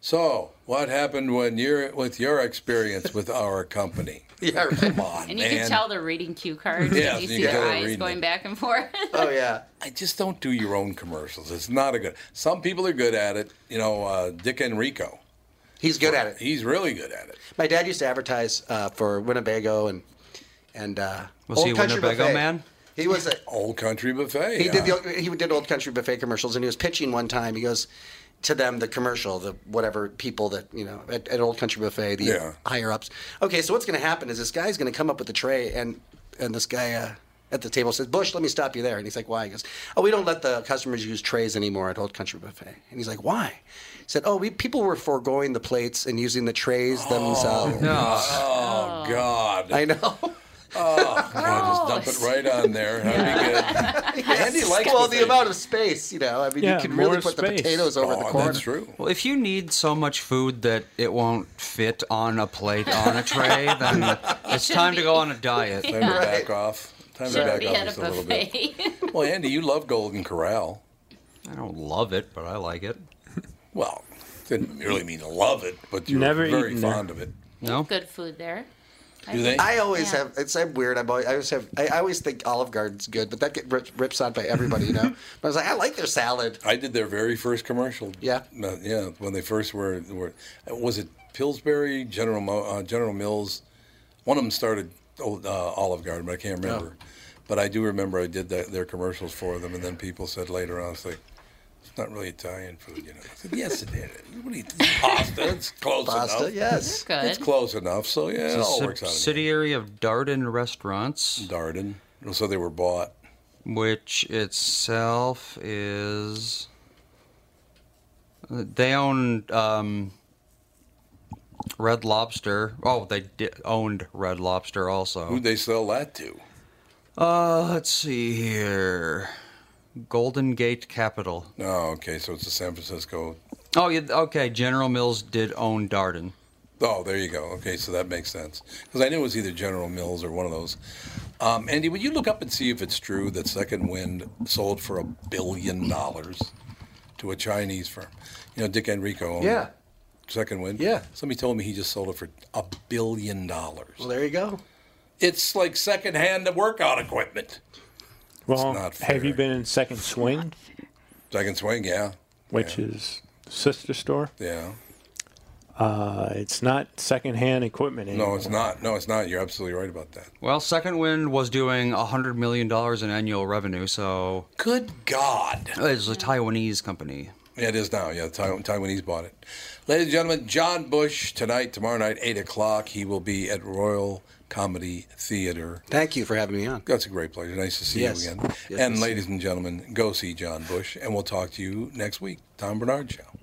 Speaker 1: So, what happened when you're with your experience with our company?
Speaker 2: yeah.
Speaker 1: Come
Speaker 2: Right.
Speaker 1: on,
Speaker 6: and you
Speaker 1: man.
Speaker 6: can tell they're reading cue cards.
Speaker 1: Yeah,
Speaker 6: you
Speaker 1: you
Speaker 6: see
Speaker 1: can
Speaker 6: their
Speaker 1: tell they're
Speaker 6: eyes
Speaker 1: reading
Speaker 6: going
Speaker 1: it.
Speaker 6: back and forth.
Speaker 2: Oh yeah.
Speaker 1: I just don't do your own commercials. It's not a good. Some people are good at it. You know, uh, Dick Enrico.
Speaker 2: He's good at it.
Speaker 1: He's really good at it.
Speaker 2: My dad used to advertise uh, for Winnebago and and uh,
Speaker 4: Was
Speaker 2: Old
Speaker 4: he
Speaker 2: Country
Speaker 4: Winnebago
Speaker 2: Buffet.
Speaker 4: man?
Speaker 2: He was a
Speaker 1: old country buffet.
Speaker 2: He did
Speaker 1: yeah.
Speaker 2: the he did old country buffet commercials, and he was pitching one time. He goes to them the commercial, the whatever people that you know at, at old country buffet, the
Speaker 1: Yeah.
Speaker 2: higher ups. Okay, so what's going to happen is this guy's going to come up with the tray, and and this guy. Uh, at the table says, Bush, let me stop you there. And he's like, why? He goes, oh, we don't let the customers use trays anymore at Old Country Buffet. And he's like, why? He said, oh, we people were foregoing the plates and using the trays themselves.
Speaker 1: Oh God! Oh.
Speaker 2: I know.
Speaker 1: God, just dump it right on there. That'd be good. Andy likes
Speaker 2: well,
Speaker 1: buffets.
Speaker 2: the amount of space, you know. I mean,
Speaker 3: Yeah,
Speaker 2: you can really
Speaker 3: more
Speaker 2: put the
Speaker 3: space.
Speaker 2: potatoes over the
Speaker 1: Oh,
Speaker 2: corner.
Speaker 1: that's true.
Speaker 4: Well, if you need so much food that it won't fit on a plate on a tray, then it's time to go on a diet.
Speaker 1: Time to back off. Time to
Speaker 6: Should
Speaker 1: back
Speaker 6: be
Speaker 1: off
Speaker 6: at
Speaker 1: just
Speaker 6: a
Speaker 1: a little bit.
Speaker 6: buffet.
Speaker 1: Well, Andy, you love Golden Corral.
Speaker 4: I don't love it, but I like it.
Speaker 1: Well, didn't really mean to love it, but you're
Speaker 3: Never
Speaker 1: very
Speaker 3: eaten there.
Speaker 1: fond of it.
Speaker 4: No,
Speaker 6: Good food there.
Speaker 1: Do they?
Speaker 2: I always
Speaker 6: Yeah.
Speaker 2: have. It's I'm weird. I'm always, I always have. I, I always think Olive Garden's good, but that get rip, rips on by everybody, you know. but I was like, I like their salad.
Speaker 1: I did their very first commercial.
Speaker 2: Yeah.
Speaker 1: No, yeah, when they first were, were was it Pillsbury General Mo, uh, General Mills? One of them started old, uh, Olive Garden, but I can't remember. But I do remember I did that, their commercials for them, and then people said later on, it's like. It's not really Italian food, you know. I said, yes, it is. What do you think? Pasta. It's close
Speaker 2: Pasta,
Speaker 1: enough.
Speaker 2: yes.
Speaker 6: Good.
Speaker 1: It's close enough. So Oh, yeah, it
Speaker 4: a
Speaker 1: all works out. City
Speaker 4: subsidiary of Darden Restaurants,
Speaker 1: Darden. So they were bought.
Speaker 4: which itself is they own um, Red Lobster. Oh, they di- owned Red Lobster also.
Speaker 1: Who'd they sell that to?
Speaker 4: Uh, let's see here. Golden Gate Capital.
Speaker 1: Oh, okay. So it's a San Francisco.
Speaker 4: Oh, yeah, okay. General Mills did own Darden.
Speaker 1: Oh, there you go. Okay, so that makes sense because I knew it was either General Mills or one of those. Um, Andy, would you look up and see if it's true that Second Wind sold for a billion dollars to a Chinese firm? You know, Dick Enrico. Owned
Speaker 2: Yeah.
Speaker 1: Second Wind.
Speaker 2: Yeah.
Speaker 1: Somebody told me he just sold it for a billion dollars.
Speaker 2: Well, there you go.
Speaker 1: It's like secondhand workout equipment.
Speaker 3: Well,
Speaker 1: not fair.
Speaker 3: have you been in Second Swing,
Speaker 1: Second swing, yeah,
Speaker 3: which is sister store?
Speaker 1: yeah.
Speaker 3: Uh, it's not secondhand equipment anymore.
Speaker 1: No, it's not. No, it's not. You're absolutely right about that.
Speaker 4: Well, Second Wind was doing $100 million in annual revenue, so
Speaker 1: Good God.
Speaker 4: it's a Taiwanese company.
Speaker 1: Yeah, it is now. Yeah, Taiwan, Taiwanese bought it. Ladies and gentlemen, John Bush tonight, tomorrow night, eight o'clock. He will be at Royal Comedy Theater.
Speaker 2: Thank you for having me on.
Speaker 1: That's a great pleasure. Nice to see
Speaker 2: Yes.
Speaker 1: you again.
Speaker 2: Yes,
Speaker 1: and
Speaker 2: yes.
Speaker 1: ladies and gentlemen, go see John Bush, and we'll talk to you next week. Tom Bernard Show.